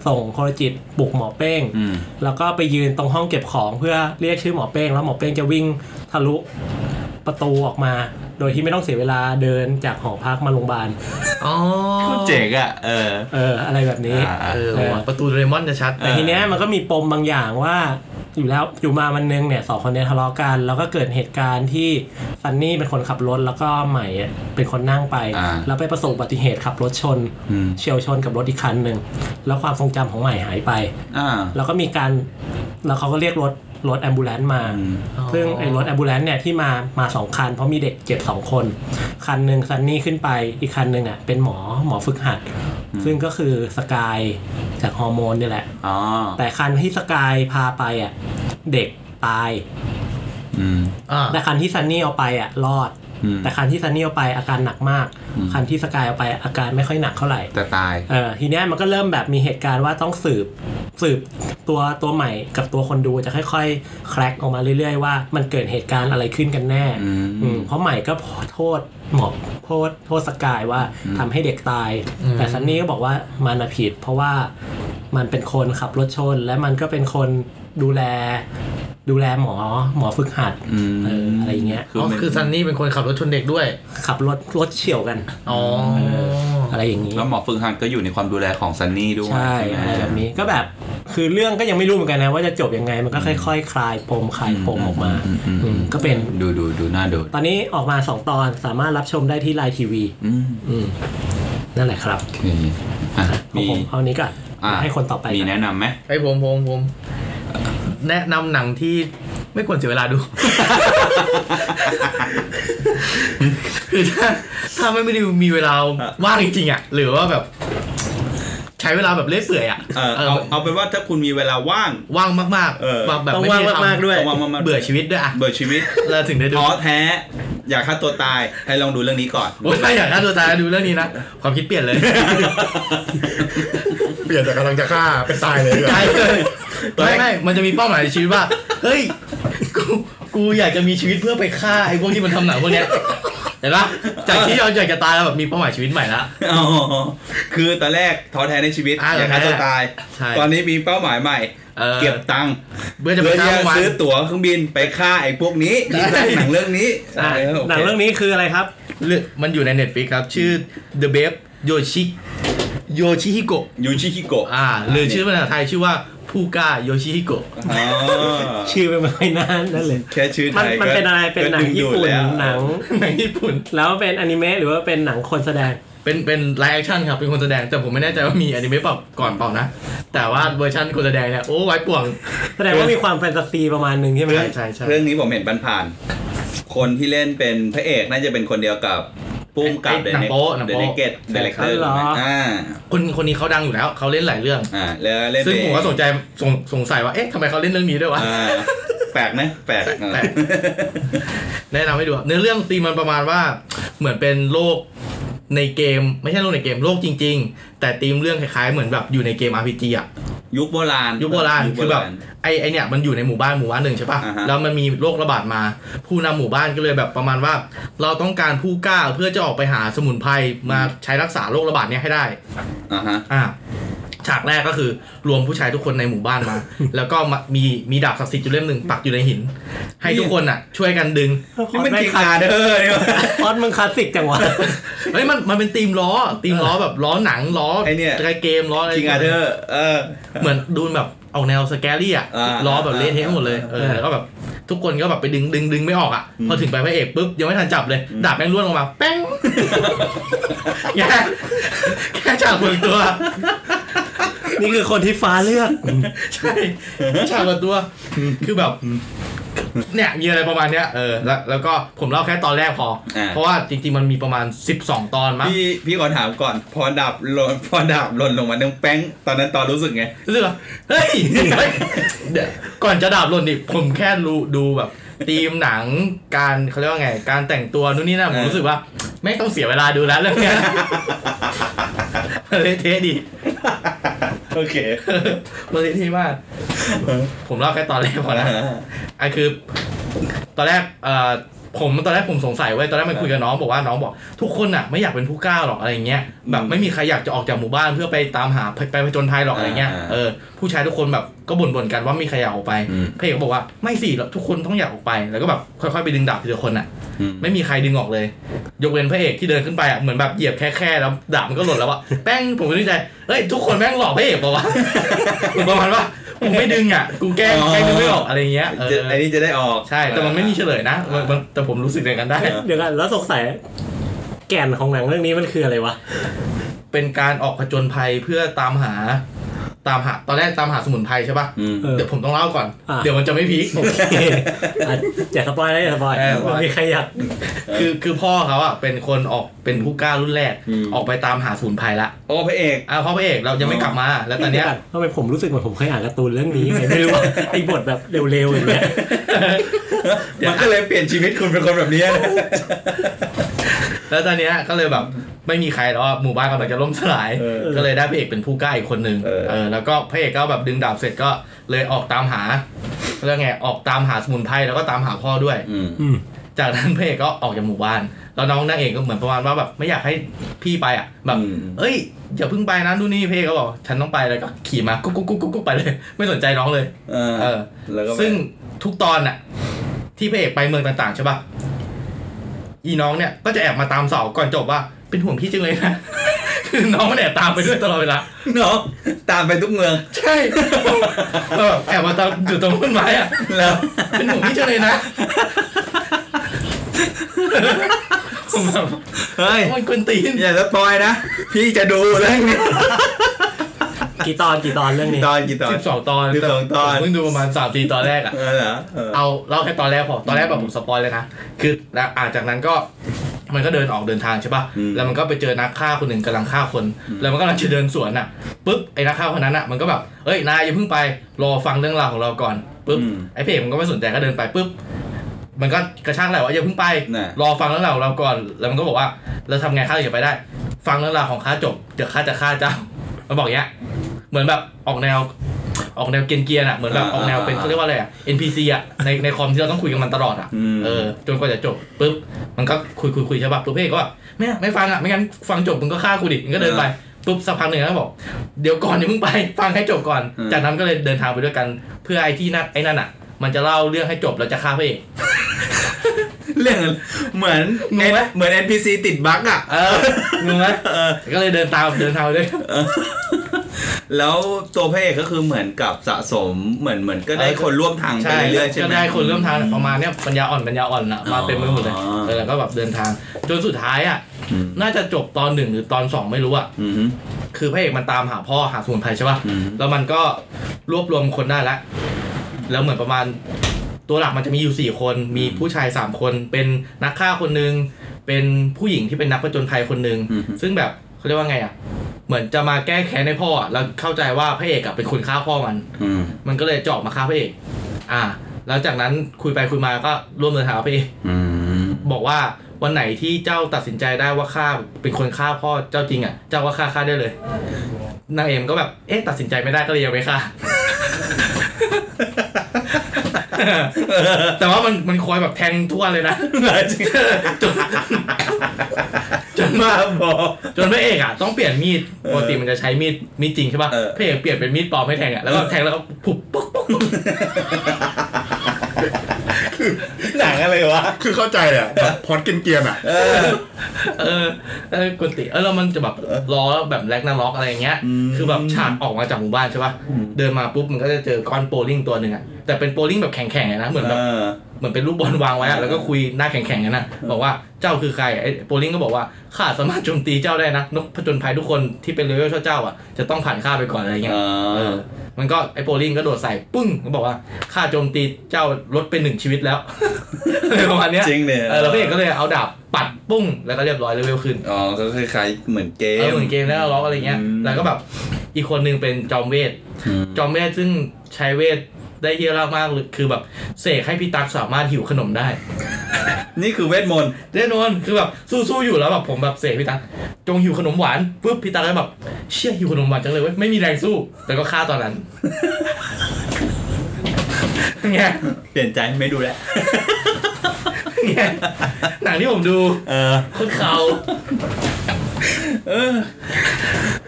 Speaker 1: ส่งโคโรจิตปลุกหมอเป้ง
Speaker 2: อืม
Speaker 1: แล้วก็ไปยืนตรงห้องเก็บของเพื่อเรียกชื่อหมอเป้ง แล้วหมอเป้งจะวิ่งทะลุประตูออกมา โดยที่ไม่ต้องเสียเวลาเดินจากหอพักมาโรงพยาบาล
Speaker 3: ๆอ๋อ
Speaker 2: เจ๋งอ่ะ เออ
Speaker 1: เอออะไรแบบนี้
Speaker 2: อ่า
Speaker 3: เออว่ะประตูโดเรมอนจะชัด
Speaker 1: แต่ทีเนี้ยมันก็มีปมบางอย่างว่าอยู่แล้วอยู่มาวันนึงเนี่ยสองคนเนี้ยทะเลาะกัน แล้วก็เกิดเหตุการณ์ที่ซันนี่เป็นคนขับรถแล้วก็ใหม่อะเป็นคนนั่งไป
Speaker 2: อ่า
Speaker 1: แล้วไปประสบอุบัติเหตุขับรถชน
Speaker 2: อืม
Speaker 1: เฉียวชนกับรถอีกคันหนึ่งแล้วความทรงจำของใหม่หายไป
Speaker 2: อ่า
Speaker 1: แล้วก็มีการแล้วเขาก็เรียกรถรถแอมบูเลนมา
Speaker 2: อืม
Speaker 1: ซึ่งไอ้รถแอมบูเลนเนี่ยที่มามาสองคัน เพราะมีเด็กเจ็บสองคน คันหนึ่งซันนี่ขึ้นไปอีกคันหนึ่งอ่ะเป็นหมอหมอฝึกหัด ซึ่งก็คือสกายจากฮอร์โมนเนี่ยแหละ
Speaker 2: อ๋อ
Speaker 1: แต่คันที่สกายพาไปอ่ะเด็กตาย
Speaker 2: อืม
Speaker 3: อ่า
Speaker 1: แต่คันที่ซันนี่เอาไปอ่ะรอด
Speaker 2: อืม
Speaker 1: แต่คันที่ซันนี่เอาไปอาการหนักมาก
Speaker 2: อืม
Speaker 1: คันที่สกายเอาไปอาการไม่ค่อยหนักเท่าไหร่
Speaker 2: แต่ตาย
Speaker 1: เออทีเนี้ยมันก็เริ่มแบบมีเหตุการณ์ว่าต้องสืบสืบตัวตัวใหม่กับตัวคนดูจะค่อยๆ แครกออกมาเรื่อยๆ ว่ามันเกิดเหตุการณ์อะไรขึ้นกันแน่
Speaker 2: อืม
Speaker 1: อืมเพราะใหม่ก็โทษหมอบโทษโทษสกายว่าทำให้เด็กตาย แต่ซันนี่ก็บอกว่ามันน่ะผิด เพราะว่ามันเป็นคนขับรถชน และมันก็เป็นคนดูแล ดูแลหมอหมอฝึกหัด
Speaker 2: อืม
Speaker 1: เอออะไรอย่างเงี้ย
Speaker 2: คือ
Speaker 3: อ๋อ
Speaker 2: มัน
Speaker 3: คือซันนี่เป็นคนขับรถชนเด็กด้วย
Speaker 1: ขับรถรถเฉียวกัน
Speaker 3: อ๋อ
Speaker 1: อะไรอย่างนี้
Speaker 2: แล้วหมอฝึกหัดก็อยู่ในความดูแลของซันนี่ด้วย
Speaker 1: ใช่
Speaker 2: ไหม
Speaker 1: อะไรแบบนี้ก็แบบคือเรื่องก็ยังไม่รู้เหมือนกันนะ ว่าจะจบยังไงมันก็ค่อยๆ คลายปมคลายปมออกมา
Speaker 2: อืมอืม
Speaker 1: อืมก็เป็น
Speaker 2: ดูดูดูหน้าดู
Speaker 1: ตอนนี้ออกมา 2 ตอนสามารถรับชมได้ที่ไลน์ทีวี
Speaker 2: อืม
Speaker 1: นั่นแหละครับ
Speaker 2: โอเคอ่ะ
Speaker 1: ของ
Speaker 2: มี
Speaker 1: ผมเอานี้ก่อน
Speaker 2: อ่ะ
Speaker 1: ให้คนต่อไป
Speaker 2: มี
Speaker 1: ก่อน
Speaker 2: แนะนำไหม
Speaker 3: ไอ้ผมผมผมแนะนำหนังที่ไม่ควรเสียเวลาดู คือถ้าถ้าไม่ได้มีเวลาว่างจริงๆอ่ะ หรือว่าแบบ ใช้เวลาแบบเล่อยเปื่อยอ่ะ
Speaker 2: เออ
Speaker 3: เอ
Speaker 2: เอา
Speaker 3: อ
Speaker 2: เอาเป็นว่าถ้าคุณมีเวลาว่าง
Speaker 3: ว่างมาก
Speaker 2: เออ
Speaker 3: ๆแบบแบบ
Speaker 1: ต้อง
Speaker 3: ไม่
Speaker 1: ว่าง
Speaker 3: ได้ทำ
Speaker 1: มากๆด้วย
Speaker 2: ต้องว่างมากๆ
Speaker 3: เบื่อชีวิตด้วยอ่ะ
Speaker 2: เบื่อชีวิต
Speaker 3: เราถึงได้ดู
Speaker 2: ท้อแท้ อยากฆ่าตัวตายให้ลองดูเรื่องนี้ ก่อน
Speaker 3: โอ้ยถ้าอยากฆ่าตัวตายดูเรื่องนี้นะ ความคิดเปลี่ยนเลย
Speaker 4: เปลี่ยนจากกำลังจะฆ่าเป็นตายเลยดีกว่า
Speaker 3: ใช่เลยไม่ไม่มันจะมีเป้าหมายในชีวิตว่า เฮ้ย กูกูอยากจะมีชีวิตเพื่อไปฆ่าไอ้พวกที่มันทำหนังพวกเนี้ยเห็นปะจากที่เราอยากจะตายแล้วแบบมีเป้าหมายชีวิตใหม่ละ
Speaker 2: อ๋อคือตอนแรกท้อแท้ในชีวิต
Speaker 3: อ่า
Speaker 2: อยากฆ่าตัวตาย
Speaker 3: ใช่
Speaker 2: ตอนนี้มีเป้าหมายใหม่
Speaker 3: เออ
Speaker 2: เก็บตังค์
Speaker 3: เพื่อจะไป
Speaker 2: เพื่อ
Speaker 3: ฆ่า
Speaker 2: ที่จะ
Speaker 3: พวกมัน
Speaker 2: ซื้อตั๋วเครื่องบินไปฆ่าไอ้พวกนี้ที่เล่นหนังเรื่องนี้
Speaker 3: ใช่
Speaker 2: เออโค
Speaker 1: หนังเรื่องนี้คืออะไรครับ
Speaker 3: เรื่องมันอยู่ใน Netflix ครับ ชื่อ The Babe Yoshi Yoshihiko
Speaker 2: ยูชิฮิโกะ
Speaker 3: อ่าหรือชื่อภาษาไทยชื่อว่าผู้กล้า Yoshihiko
Speaker 2: อ๋อ
Speaker 1: ชื่อมันไม่ค่อยน่านั่นเลย
Speaker 2: แค่ชื่อไท
Speaker 1: มัน
Speaker 2: ย
Speaker 1: มัน
Speaker 2: ก็
Speaker 1: เป็นอะไรเป็นหนัง
Speaker 2: ก็ดึ
Speaker 1: ญี่
Speaker 2: ดูด
Speaker 1: ปุ่น
Speaker 2: แล้ว
Speaker 1: หนัง
Speaker 3: ในญี่ปุ่น
Speaker 1: แล้วเป็นอนิเมะหรือว่าเป็นหนังคนแสดง
Speaker 3: เป็นเป็นไลฟ์แอคชั่นครับ เป็นคนแสดงแต่ผมไม่แน่ใจว่ามีอนิเมะเปล่าก่อนเปล่านะ แต่ว่าเวอร์ชันคนแสดงเนี่ย โอ้ไว้ป่วง
Speaker 1: แสดงว่ามีความแฟนตาซีประมาณหนึ่งใช่ไหม
Speaker 3: ใช่ใช่ใช่
Speaker 2: เรื่องนี้ผมเห็นผ่านๆคนที่เล่นเป็นพระเอกน่าจะเป็นคนเดียวกับปุ้มกับ
Speaker 3: ไอ้
Speaker 2: เด
Speaker 3: หนัง
Speaker 2: นิ
Speaker 3: โป๊ะหนัง
Speaker 2: เด
Speaker 3: โป๊ะ
Speaker 2: นิเกตเดนิเกตอ่า
Speaker 3: คนคนนี้เขาดังอยู่แล้วเขาเล่นหลายเรื่อง
Speaker 2: อ่าแล้วเล่น
Speaker 3: ซึ่ง
Speaker 2: เป็น
Speaker 3: ผมก็สนใจสงสงสัยว่าเอ๊ะทำไมเขาเล่นเรื่องนี้ด้วยวะ
Speaker 2: อ่าแปลกไหมแปลกอ่า
Speaker 3: แปลก แนะนำให้ดูเนื้อเรื่องตีมมันประมาณว่าเหมือนเป็นโลกในเกม ไม่ใช่โลกในเกมโลกจริง ๆ แต่ตีมเรื่องคล้ายๆเหมือนแบบอยู่ในเกม RPG อ่ะ
Speaker 2: ยุคโบราณ
Speaker 3: ยุคโบราณคือแบบไอไอเนี่ยมันอยู่ในหมู่บ้านหมู่บ้านหนึ่งใช่ปะ
Speaker 2: อ่าฮะ
Speaker 3: แล้วมันมีโรคระบาดมา ผู้นำหมู่บ้านก็เลยแบบประมาณว่า เราต้องการผู้กล้าเพื่อจะออกไปหาสมุนไพรมาใช้รักษาโรคระบาดเนี่ยให้ได้
Speaker 2: อ่าฮะ
Speaker 3: อ่าฉากแรกก็คือรวมผู้ชายทุกคนในหมู่บ้านมา แล้วก็มามีมีดาบศักดิ์สิทธิ์อยู่เล่มหนึ่งปักอยู่ในหิน ให้ทุกคนอ่ะ ช่วยกันดึง
Speaker 2: นี่มันกีฬาเด้อเนี่ย
Speaker 1: พอดมึงคลาสสิกจังวะ
Speaker 3: เฮ้ยมันมันเป็นตีมล้อตีมล้อแบบล้อหนังล้อ
Speaker 2: ไอ้เนี่ย
Speaker 3: กเกมล้ออะไร
Speaker 2: จริงอ่ะเธอเออ
Speaker 3: เหมือนดูแบบออกแนวสแกรี่อ่ะ
Speaker 2: อ่า
Speaker 3: ล้อแบบเละเทะหมดเลยเออ
Speaker 1: อ่า
Speaker 3: แล้วก็แบบทุกคนก็แบบไปดึงดึงดึงไม่ออกอ่ะ
Speaker 2: อืม
Speaker 3: พอถึงไปพระเอกปุ๊บยังไม่ทันจับเลย
Speaker 2: อืม
Speaker 3: ดาบแม่งล่วงลงมาแป้ง แค่แค่ฉากบนตัว
Speaker 1: นี่คือคนที่ฟ้าเลือก
Speaker 3: ใช่ฉากบนตัว คือแบบ เนี่ยมีอะไรประมาณเนี้ยเออแล้วแล้วก็ผมเล่าแค่ตอนแรกพออา เพราะว่าจริงๆมันมีประมาณ 12 ตอนมั้ง
Speaker 2: พี่พี่ขอถามก่อน พอดับหล่นพอดับหล่นลงมานึ่งแป้งตอนนั้นตอนรู้สึกไง
Speaker 3: รู้สึกว่าเฮ้ยเฮ้ยเดี๋ยวก่อนจะดาบหล่นดิผมแค่รู้ดูแบบธีมหนังการเขาเรียกว่าไง การแต่งตัวนู่นนี่นั่น
Speaker 2: เออ
Speaker 3: ผมรู้สึกว่า ไม่ต้องเสียเวลาดูแล้วเรื่องเนี้ยมันเละเทะดิ
Speaker 2: โอเค
Speaker 3: มันเละเทะมาก ผมเล่าแค่ตอนแรกพอนะอ่ะคือ ตอนแรกเอ่อผมตอนแรกผมสงสัยไว้ยตอนแรกมันคุยกับน้องบอกว่าน้องบอก ทุกคนอ่ะไม่อยากเป็นผู้กล้าหรอกอะไรเงี้ยแบบไม่มีใครอยากจะออกจากหมู่บ้านเพื่อไปตามหาไปไปผจญภัยหรอกอะไรเงี้ยเออผู้ชายทุกคนแบบก็บ่นบ่นๆกันว่าไม่มีใครอยากออกไป
Speaker 2: อืม
Speaker 3: เพลงก็บอกว่าไม่สิเราทุกคนต้องอยากออกไปแล้วก็แบบค่อยๆไปดึงดาบทีละคนอ่ะ
Speaker 2: อืม
Speaker 3: ไม่มีใครดึงออกเลย ยกเว้นพระเอกที่เดินขึ้นไปอ่ะเหมือนแบบเหยียบแค่แค่แล้วดาบมันก็หล่นแล้วอ่ะแป้งผมก็นึกใจเอ้ยทุกคนแม่งหลอกพระเอกเปล่าวะ ประมาณว่ากูไม่ดึงอ่ะกูแกล้งแกล้งดึงไม่ออกอะไรเงี้ยเอ
Speaker 2: จะ
Speaker 3: อ
Speaker 2: ไอ้นี่จะได้ออก
Speaker 3: ใช่ แต่มันไม่มีเฉลยนะมันมันแต่ผมรู้สึกอย่างนั้นได้
Speaker 1: เดี๋ยวกันแล้วสงสัยแก่นของหนังเรื่องนี้มันคืออะไรวะ
Speaker 3: เป็นการออกผจญภัยเพื่อตามหา ตามหา ตอนแรกตามหาสมุนไพรใช่ป่ะ
Speaker 2: อืม
Speaker 1: เออ
Speaker 3: เดี๋ยวผมต้องเล่าก่อน
Speaker 1: อ่ะ
Speaker 3: เดี๋ยวมันจะไม่พีค
Speaker 1: โอเคอ่ะอย่าสปอยนะอย่าสปอย
Speaker 3: เออ
Speaker 1: ไม่มีใครอยาก
Speaker 3: คือคือพ่อเขาอ่ะเป็นคนออกเป็นผู้กล้ารุ่นแรก
Speaker 2: อืม
Speaker 3: ออกไปตามหาสมุนไพรละ
Speaker 2: โอ้พระเอก
Speaker 3: อ้าวพ่อพระเอกเรายังไม่กลับมา แล้วตอน
Speaker 1: เดี๋
Speaker 3: เนี้
Speaker 1: ยวย ก่อนทำไมผมรู้สึกเหมือนผมเคยอ่านการ์ตูนเรื่องนี้ไงไม่รู้ว่าไอ้บทแบบเร็วๆอย่างเงี้ย
Speaker 2: มันก็เลยเปลี่ยนชีวิตคุณเป็นคนแบบนี้นะ
Speaker 3: แล้วตอนเนี้ยก็เลยแบบไม่มีใครแล้วอะหมู่บ้านกำลังจะล่มสลาย
Speaker 2: เออ
Speaker 3: ก็เลยได้พระเอกเป็นผู้กล้าอีกคนหนึ่ง
Speaker 2: เออ
Speaker 3: เออ แล้วก็พระเอกก็แบบดึงดาบเสร็จก็เลยออกตามหาเรื่องไง ออกตามหาสมุนไพรแล้วก็ตามหาพ่อด้วย
Speaker 2: อืม
Speaker 1: อืม
Speaker 3: จากนั้นพระเอกก็ออกจากหมู่บ้าน แล้วน้องนางเอกก็เหมือนประมาณว่าแบบไม่อยากให้พี่ไปอ่ะ แบบ
Speaker 2: อืม
Speaker 3: เอ้ยอย่าเพิ่งไปนะดูนนี่พระเอกก็บอกฉันต้องไปแล้วก็ขี่มากุ๊กกุ๊กกุ๊กกุ๊กไปเลย ไม่สนใจน้องเลย
Speaker 2: เออ
Speaker 3: เออ
Speaker 2: แล้วก็แบบ
Speaker 3: ซึ่งทุกตอนน่ะ ที่พระเอกไปเมืองต่างๆใช่ป่ะอีน้องเนี่ยก็จะแอบมาตามเสาก่อนจบว่าเป็นห่วงพี่จังเลยนะ คือน้องมันแอบตามไปด้วยตลอดเวลา
Speaker 2: เนาะตามไปทุกเมือง
Speaker 3: ใช่เออแอบมาตามอยู่ตรงต้นไม้อ่ะ
Speaker 2: แล้ว
Speaker 3: เป็นห่วงพี่จังเลยนะผมแบบ
Speaker 2: เฮ้ย
Speaker 3: โอ้ยกวนตีน
Speaker 2: อย่าสปอยนะ พี่จะดูเรื่องนี้
Speaker 1: กี่ตอนกี่ตอนเรื่อง
Speaker 2: กี่
Speaker 1: นี้
Speaker 2: ตอนกี่ตอน
Speaker 3: สิบสองตอน
Speaker 2: สิบสองตอน
Speaker 3: ผมเพิ่งดูประมาณสามสี่ตอนแรกอ่ะ
Speaker 2: เออเหรอเออ
Speaker 3: เอาเล่าแค่ตอนแรกพอตอนแรกแบบผมสปอยเลยนะ คือแล้วอ่าจากนั้นก็มันก็เดินออกเดินทางใช่ป่ะ
Speaker 2: อืม
Speaker 3: แล้วมันก็ไปเจอนักฆ่าคนหนึ่งกำลังฆ่าคน แล้วมันกำลังจะเดินสวนอ่ะปุ๊บไอ้นักฆ่าคนนั้นอ่ะมันก็แบบเอ้ยนายอย่าเพิ่งไปรอฟังเรื่องราวของเราก่อนปุ๊บ
Speaker 2: อืม
Speaker 3: ไอ้เพจมันก็ไม่สนใจก็เดินไปปุ๊บ มันก็กระชากไหล่ว่าอย่าเพิ่งไป
Speaker 2: น่ะ
Speaker 3: รอฟังเรื่องราวของเราก่อน แล้วมันก็บอกว่าเราทำไงข้าถึงจะไปได้ ฟังเรื่องราวของข้าจบเดี๋ยวข้าจะฆ่าเจ้า มันบอกอย่างเงี้ยเหมือนแบบออกแนว ออกแนวเกรียนๆอ่ะเหมือนแบบออกแนวเป็นเขาเรียกว่าอะไรอ่ะ NPC อ่ะในในคอมที่เราต้องคุยกับมันตลอดอ่ะ
Speaker 2: อืม
Speaker 3: เออจนกว่าจะจบปุ๊บมันก็คุยคุยคุยใช่ป่ะปุ๊บเอกก็แบบไม่อะไม่ฟังอ่ะไม่งั้นฟังจบมึงก็ฆ่ากูดิมึงก็เดินไปปุ๊บสักพักหนึ่งก็บอกเดี๋ยวก่อนอย่ามึงไป ฟังให้จบก่อน
Speaker 2: อืม
Speaker 3: จากนั้นก็เลยเดินทางไปด้วยกัน เพื่อไอ้ที่นั่นไอ้นั่นอ่ะ มันจะเล่าเรื่องให้จบแล้วจะฆ่าพระเอก
Speaker 2: เรื่องเหมือน
Speaker 3: งงไหม
Speaker 2: เหมือน NPC ติดบั๊กอ่ะ
Speaker 3: เอองงไหมก็เลยเดินตามเดินทางไปด้วย
Speaker 2: แล้วตัวพระเอกก็คือเหมือนกับสะสมเหมือนเหมือนก็ได้คนร่วมทางไปเรื่อยๆใช่ไหม
Speaker 3: ก็ได้คนเริ่มทางประมาณเนี้ยปัญญาอ่อนปัญญาอ่อนอะมาเต็มไปหมดเลย
Speaker 2: อ๋อ
Speaker 3: เออแล้วก็แบบเดินทาง จนสุดท้ายอ่ะ
Speaker 2: อืม
Speaker 3: น่าจะจบตอนหนึ่งหรือตอนสองไม่รู้อ่ะ
Speaker 2: อืม
Speaker 3: คือพระเอกมันตามหาพ่อหาสมุนไพรใช่ป่ะ
Speaker 2: อืม
Speaker 3: แล้วมันก็รวบรวมคนได้ละแล้วเหมือนประมาณตัวหลักมันจะมีอยู่สี่คนมีผู้ชายสามคน เป็นนักฆ่าคนหนึ่งเป็นผู้หญิงที่เป็นนักผจญภัยคนหนึ่ง
Speaker 2: อืม
Speaker 3: ซึ่งแบบเขาเรียกว่าไงอ่ะเหมือนจะมาแก้แค้นให้พ่ออะแล้วเข้าใจว่าพระเอกอะเป็นคนฆ่าพ่อมัน
Speaker 2: อืม
Speaker 3: มันก็เลยเจาะมาฆ่าพระเอก อ่า แล้วจากนั้นคุยไปคุยมาก็ร่วมเดินทางกับพระเอก
Speaker 2: อืม
Speaker 3: บอกว่าวันไหนที่เจ้าตัดสินใจได้ว่าฆ่าเป็นคนฆ่าพ่อเจ้าจริงอ่ะ เจ้าก็ฆ่าฆ่าได้เลย นางเอ็มก็แบบ เอ๊ะตัดสินใจไม่ได้ก็เลยยังไม่ฆ่า แต่ว่ามันมันคอยแบบแทงทั่วเลยนะจนจน
Speaker 2: มา
Speaker 3: ว่า
Speaker 2: บอก
Speaker 3: จนพระเอกอ่ะต้องเปลี่ยนมีด
Speaker 2: เออ
Speaker 3: ปกติมันจะใช้มีดมีดจริงใช่ป่ะ
Speaker 2: เออ
Speaker 3: พระเอกเปลี่ยนเป็นมีดปลอมให้แทงอ่ะแล้วก็แทงแล้วก็ผุบปุ๊กปุ๊กปุ๊ก
Speaker 2: หนังอะไรวะ
Speaker 4: คือเข้าใจเลยอะแบบพอดเกรียนๆอ่ะ
Speaker 2: เออ
Speaker 3: เออเออกุนติเออแล้วมันจะแบบล้อแบบแลกนาล็อกอะไรอย่างเงี้ย
Speaker 2: อืม
Speaker 3: คือแบบฉากออกมาจากหมู่บ้านใช่ป่ะเดินมาปุ๊บมันก็จะเจอก้อนโปลิงตัวหนึ่งอ่ะแต่เป็นโปลิงแบบแข็งๆอะนะเหมือนแบบ
Speaker 2: เออ
Speaker 3: เหมือนเป็นรูปบอลวางไว้อะแล้วก็คุยหน้าแข็งๆกันนะบอกว่าเจ้าคือใครไอ้โปลิงก็บอกว่าข้าสามารถโจมตีเจ้าได้นะนกผจญภัยทุกคนที่เป็นเลเวลเท่าเจ้าอ่ะจะต้องผ่านข้าไปก่อนอะไรเงี้ย
Speaker 2: อ่า
Speaker 3: เออมันก็ไอ้โปลิงก็โดดใส่ปึ้งก็บอกว่าข้าโจมตีเจ้าลดไปหนึ่งชีวิตแล้ว อะไรประมาณเนี้ย
Speaker 2: จริงเนี่ย
Speaker 3: เออแล้วพระเอกก็เลยเอาดาบปัดปุ้งแล้วก็เรียบร้อยเลเวลขึ้น
Speaker 2: อ๋อก็คล้ายๆเหมือนเกม
Speaker 3: เออเหมือนเกมแล้วล็อกอะไรเงี้ย
Speaker 2: อืม
Speaker 3: แล้วก็แบบอีกคนนึงเป็นจอมเวท
Speaker 2: ม
Speaker 3: จอมเวทซึ่งใช้เวทได้เยอะมากๆเลยคือแบบเสกให้พี่ตั๊กสามารถหิวขนมได้
Speaker 2: นี่คือเวทมนต์
Speaker 3: แน่นอนคือแบบสู้ๆอยู่แล้วแบบผมแบบเสกพี่ตั๊กจงหิวขนมหวานปุ๊บพี่ตั๊กก็แบบเชี่ยหิวขนมหวานจังเลยเว้ยไม่มีแรงสู้ แต่ก็ฆ่าตอนนั้น ไง
Speaker 2: เปลี่ยนใจไม่ดูแล้ว
Speaker 3: ไงหนังที่ผมดู
Speaker 2: เออ
Speaker 3: โคนเขา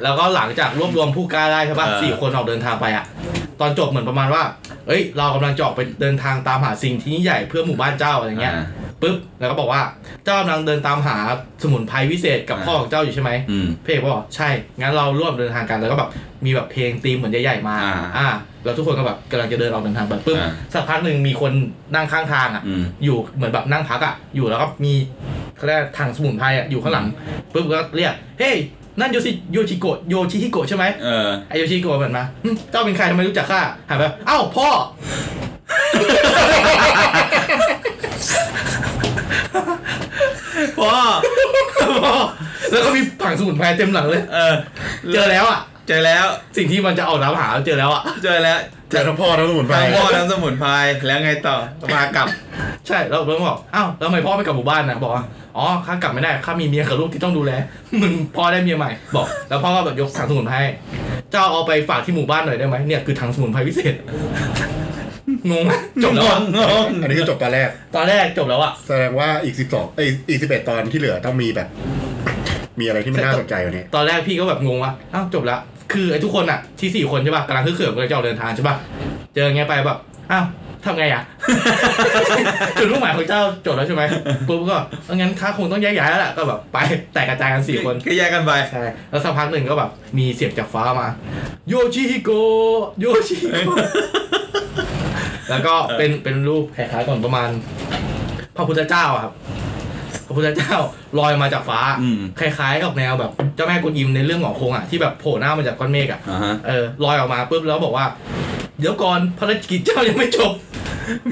Speaker 3: แล้วก็หลังจากรวบรวมผู้กล้าได้ใช่ป่ะ
Speaker 2: เออ
Speaker 3: สี่คนออกเดินทางไปอะตอนจบเหมือนประมาณว่า เอ้ย เรากำลังจะออกไปเดินทางตามหาสิ่งที่ยิ่งใหญ่เพื่อหมู่บ้านเจ้าอะไรเงี้ย
Speaker 2: อ่า
Speaker 3: ปุ๊บแล้วก็บอกว่าเจ้ากำลังเดินตามหาสมุนไพรวิเศษกับ
Speaker 2: อ่า
Speaker 3: พ่อของเจ้าอยู่ใช่ไหม
Speaker 2: อืม
Speaker 3: เพเอกบอกว่าใช่งั้นเราร่วมเดินทางกันแล้วก็แบบมีแบบเพลงตีมเหมือนใหญ่ๆมา
Speaker 2: อ่า
Speaker 3: อ่าแล้วทุกคนก็แบบกำลังจะเดินออกเดินทางไปปุ๊บ
Speaker 2: อ่า
Speaker 3: สักพักหนึ่งมีคนนั่งข้างทางอ่ะ
Speaker 2: อืม
Speaker 3: อยู่เหมือนแบบนั่งพักอ่ะอยู่แล้วก็มีเขาเรียกทางสมุนไพรอ่ะอยู่ข้างหลังปุ๊บก็เรียกเฮ้ยนั่นโยชิโยชิโกะโยชิฮิโกะใช่ไหม
Speaker 2: เออ
Speaker 3: ไอโยชิฮิโกะแบบมาหึเจ้าเป็นใครทำไมรู้จักข้าหันไปเอ้าพ่อ
Speaker 2: พ่อ
Speaker 3: แล้วก็มีผังสมุนไพรเต็มหลังเลย
Speaker 2: เออ
Speaker 3: เจอแล้วอ่ะ
Speaker 2: เจอแล้ว
Speaker 3: สิ่งที่มันจะเอาน้ำหาเจอแล้วอ่ะ
Speaker 2: เจอแล้ว
Speaker 4: เจอทั้งพ่อทั้งสมุนไพร
Speaker 2: ทั้งพ่อทั้งสมุนไพร แล้วไงต่อ มากลับ
Speaker 3: ใช่แล้วเบิ้มบอกอ้าวแล้วทำไมพ่อไม่กลับหมู่บ้านนะบอกว่าอ๋อข้ากลับไม่ได้ข้ามีเมียกับลูกที่ต้องดูแล มึงพ่อได้เมียใหม่ บอก แล้วพ่อก็แบบยกถังสมุนไพรให้เจ้าเอาไปฝากที่หมู่บ้านหน่อยได้ไหมเนี่ยคือถังสมุนไพรวิเศษ งงไหมจบแล้วอะ
Speaker 2: งง
Speaker 4: อันนี้คือจบตอนแรก
Speaker 3: ตอนแรกจบแล้วอ่ะ
Speaker 4: แสดงว่าอีกสิบสองเอ้ยอีกสิบเอ็ดตอนที่เหลือต้องมีแบบ มีอะไรที่มันน่าสนใจกว่านี้
Speaker 3: ตอนแรกพี่ก็แบบงงว่าอ้าวจบแล้วคือไอ้ทุกคนอ่ะที่สี่คนใช่ป่ะกำลังคือเขื่อนกำลังจะออกเดินทางใช่ป่ะเจออย่างเงี้ยไปแบบอ้าวทำไงอ่ะ จุดมุ่งหมายของเจ้าจบแล้วใช่ไหมปุ๊บก็เอองั้นข้าคงต้องแยกย้ายแล้วล่ะก็แบบไปแตกกระจายกันสี่คน
Speaker 2: ก็แยกกันไป
Speaker 3: ใช่แล้วสักพักหนึ่งก็แบบมีเสียงจากฟ้ามา โยชิฮิโกะโยชิฮิ โกะแล้วก็เป็นเป็นรูปคล้ายๆก่อนประมาณ พระพุทธเจ้าอะครับ พระพุทธเจ้าลอยมาจากฟ้า
Speaker 2: อืม
Speaker 3: คล้ายๆกับแนวแบบเจ้าแม่กุนอิมในเรื่องของคงอ่ะที่แบบโผล่หน้ามาจากก้อนเมฆอ่ะ
Speaker 2: อ่าฮะ
Speaker 3: เออลอยออกมาปุ๊บแล้วบอกว่า เดี๋ยวก่อนภารกิจเจ้ายังไม่จบ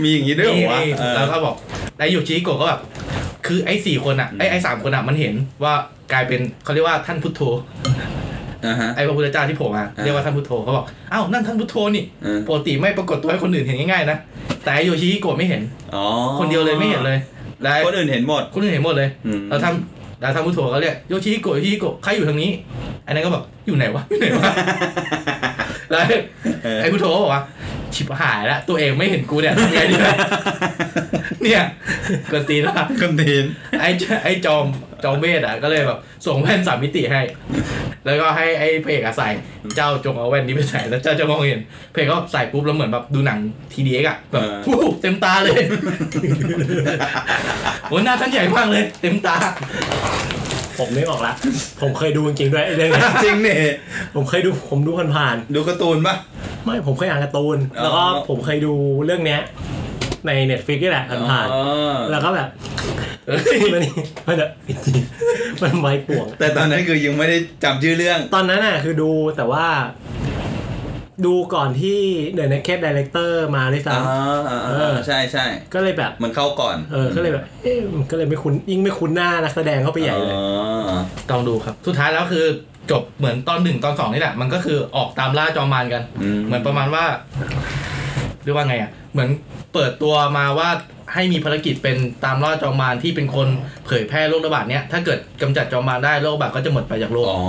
Speaker 2: มีอย่าง นี้ด้วยเหรอวะ
Speaker 3: นี่
Speaker 2: เออ
Speaker 3: แล้วก็บอกไอ้ยูชิโกะก็แบบ คือไอ้สี่คนอ่ะ ไอ้ไอ้สามคนอ่ะมันเห็นว่ากลายเป็นเขาเรียกว่าท่านพุทโธ
Speaker 2: อ่าฮะ
Speaker 3: ไอ้พระพุทธเจ้าที่โผล่มา
Speaker 2: อ่า
Speaker 3: เรียกว่าท่านพุทโธเขาบอกอ้าวนั่นท่านพุทโธนี่
Speaker 2: เออ
Speaker 3: ปกติไม่ปรากฏตัวให้คนอื่นเห็นง่ายๆนะแต่ไอ้โยชิฮิโกะไม่เห็น
Speaker 2: อ๋อ
Speaker 3: คนเดียวเลยไม่เห็นเลยแล้วไอ้
Speaker 2: คนอื่นเห็นหมด
Speaker 3: คนอื่นเห็นหมดเลย
Speaker 2: อืม
Speaker 3: แล้วท่านแล้วท่านพุทโธก็เรียกโยชิฮิโกะโยชิฮิโกะใครอยู่ทางนี้ไอ้นั่นก็บอกอยู่ไหนวะอยู่ไหน วะแล้วไอ้
Speaker 2: เออ
Speaker 3: ไอ้พุทโธก็บอกว่าชิบหายแล้วตัวเองไม่เห็นกูเนี่ยทำไงดีวะ เนี่ยกวนตีนละ
Speaker 2: คนทีน
Speaker 3: ไอ้จไอ้จอมจอมเวทอ่ะก็เลยแบบส่งแว่นสามมิติให้ แล้วก็ให้ไอ้พระเอกอะใส่เจ้าจงเอาแว่นนี้ไปใส่แล้วเจ้าจะมองเห็นพระเอกก็ใส่ปุ๊บแล้วเหมือนแบบดูหนังทีดีเอ็กอะแบบปุ๊บเต็มตาเลย โอ้หน้าท่านใหญ่มากเลย เต็มตา
Speaker 1: ผมนึกออกละ ผมเคยดูจริงๆด้วยไอ้เรื่องเนี้ย
Speaker 2: จริงเนี่ย
Speaker 1: ผมเคยดูผมดูผ่าน
Speaker 2: ดูการ์ตูนปะ
Speaker 1: ๆไม่ผมเคยอ่านการ์ตูน แล้ว
Speaker 2: อ๋
Speaker 1: ก็
Speaker 2: อ
Speaker 1: ผมเคยดูเรื่องเนี้ยใน Netflix นี่แหละผ่าน
Speaker 2: อ๋อ
Speaker 1: ๆแล้วก็แบบ มันนี่ มันแบบมันไม้ป่วง
Speaker 2: แต่ตอนนั้นคือยังไม่ได้จำชื่อเรื่อง
Speaker 1: ตอนนั้นน่ะคือดูแต่ว่า ดูก่อนที่เด e n น k e d Director มาด้วย
Speaker 2: อ๋อ
Speaker 1: ซ้ำ
Speaker 2: อ๋อ
Speaker 1: เออ
Speaker 2: ใช่ใช่
Speaker 1: ก็เลยแบบ
Speaker 2: มันเข้าก่อน
Speaker 1: เออ ก็เลยแบบเอ๊ะมันก็เลยไม่คุ้นยิ่งไม่คุ้นหน้านักแสดงเข้าไปใหญ่เลย
Speaker 2: อ๋อ
Speaker 3: ต้องดูครับ สุดท้ายแล้วคือจบเหมือนตอนหนึ่งตอนสองนี่แหละ มันก็คือออกตามล่าจอมมารกัน
Speaker 2: อืม
Speaker 3: เหมือนประมาณว่าเรียกว่าไงอ่ะ เหมือนเปิดตัวมาว่าให้มีภารกิจเป็นตามล่าจอมมารที่เป็นคนเผยแพร่โรคระบาดเนี้ยถ้าเกิดกำจัดจอมมารได้โรคระบาดก็จะหมดไปจากโลก
Speaker 2: อ๋อ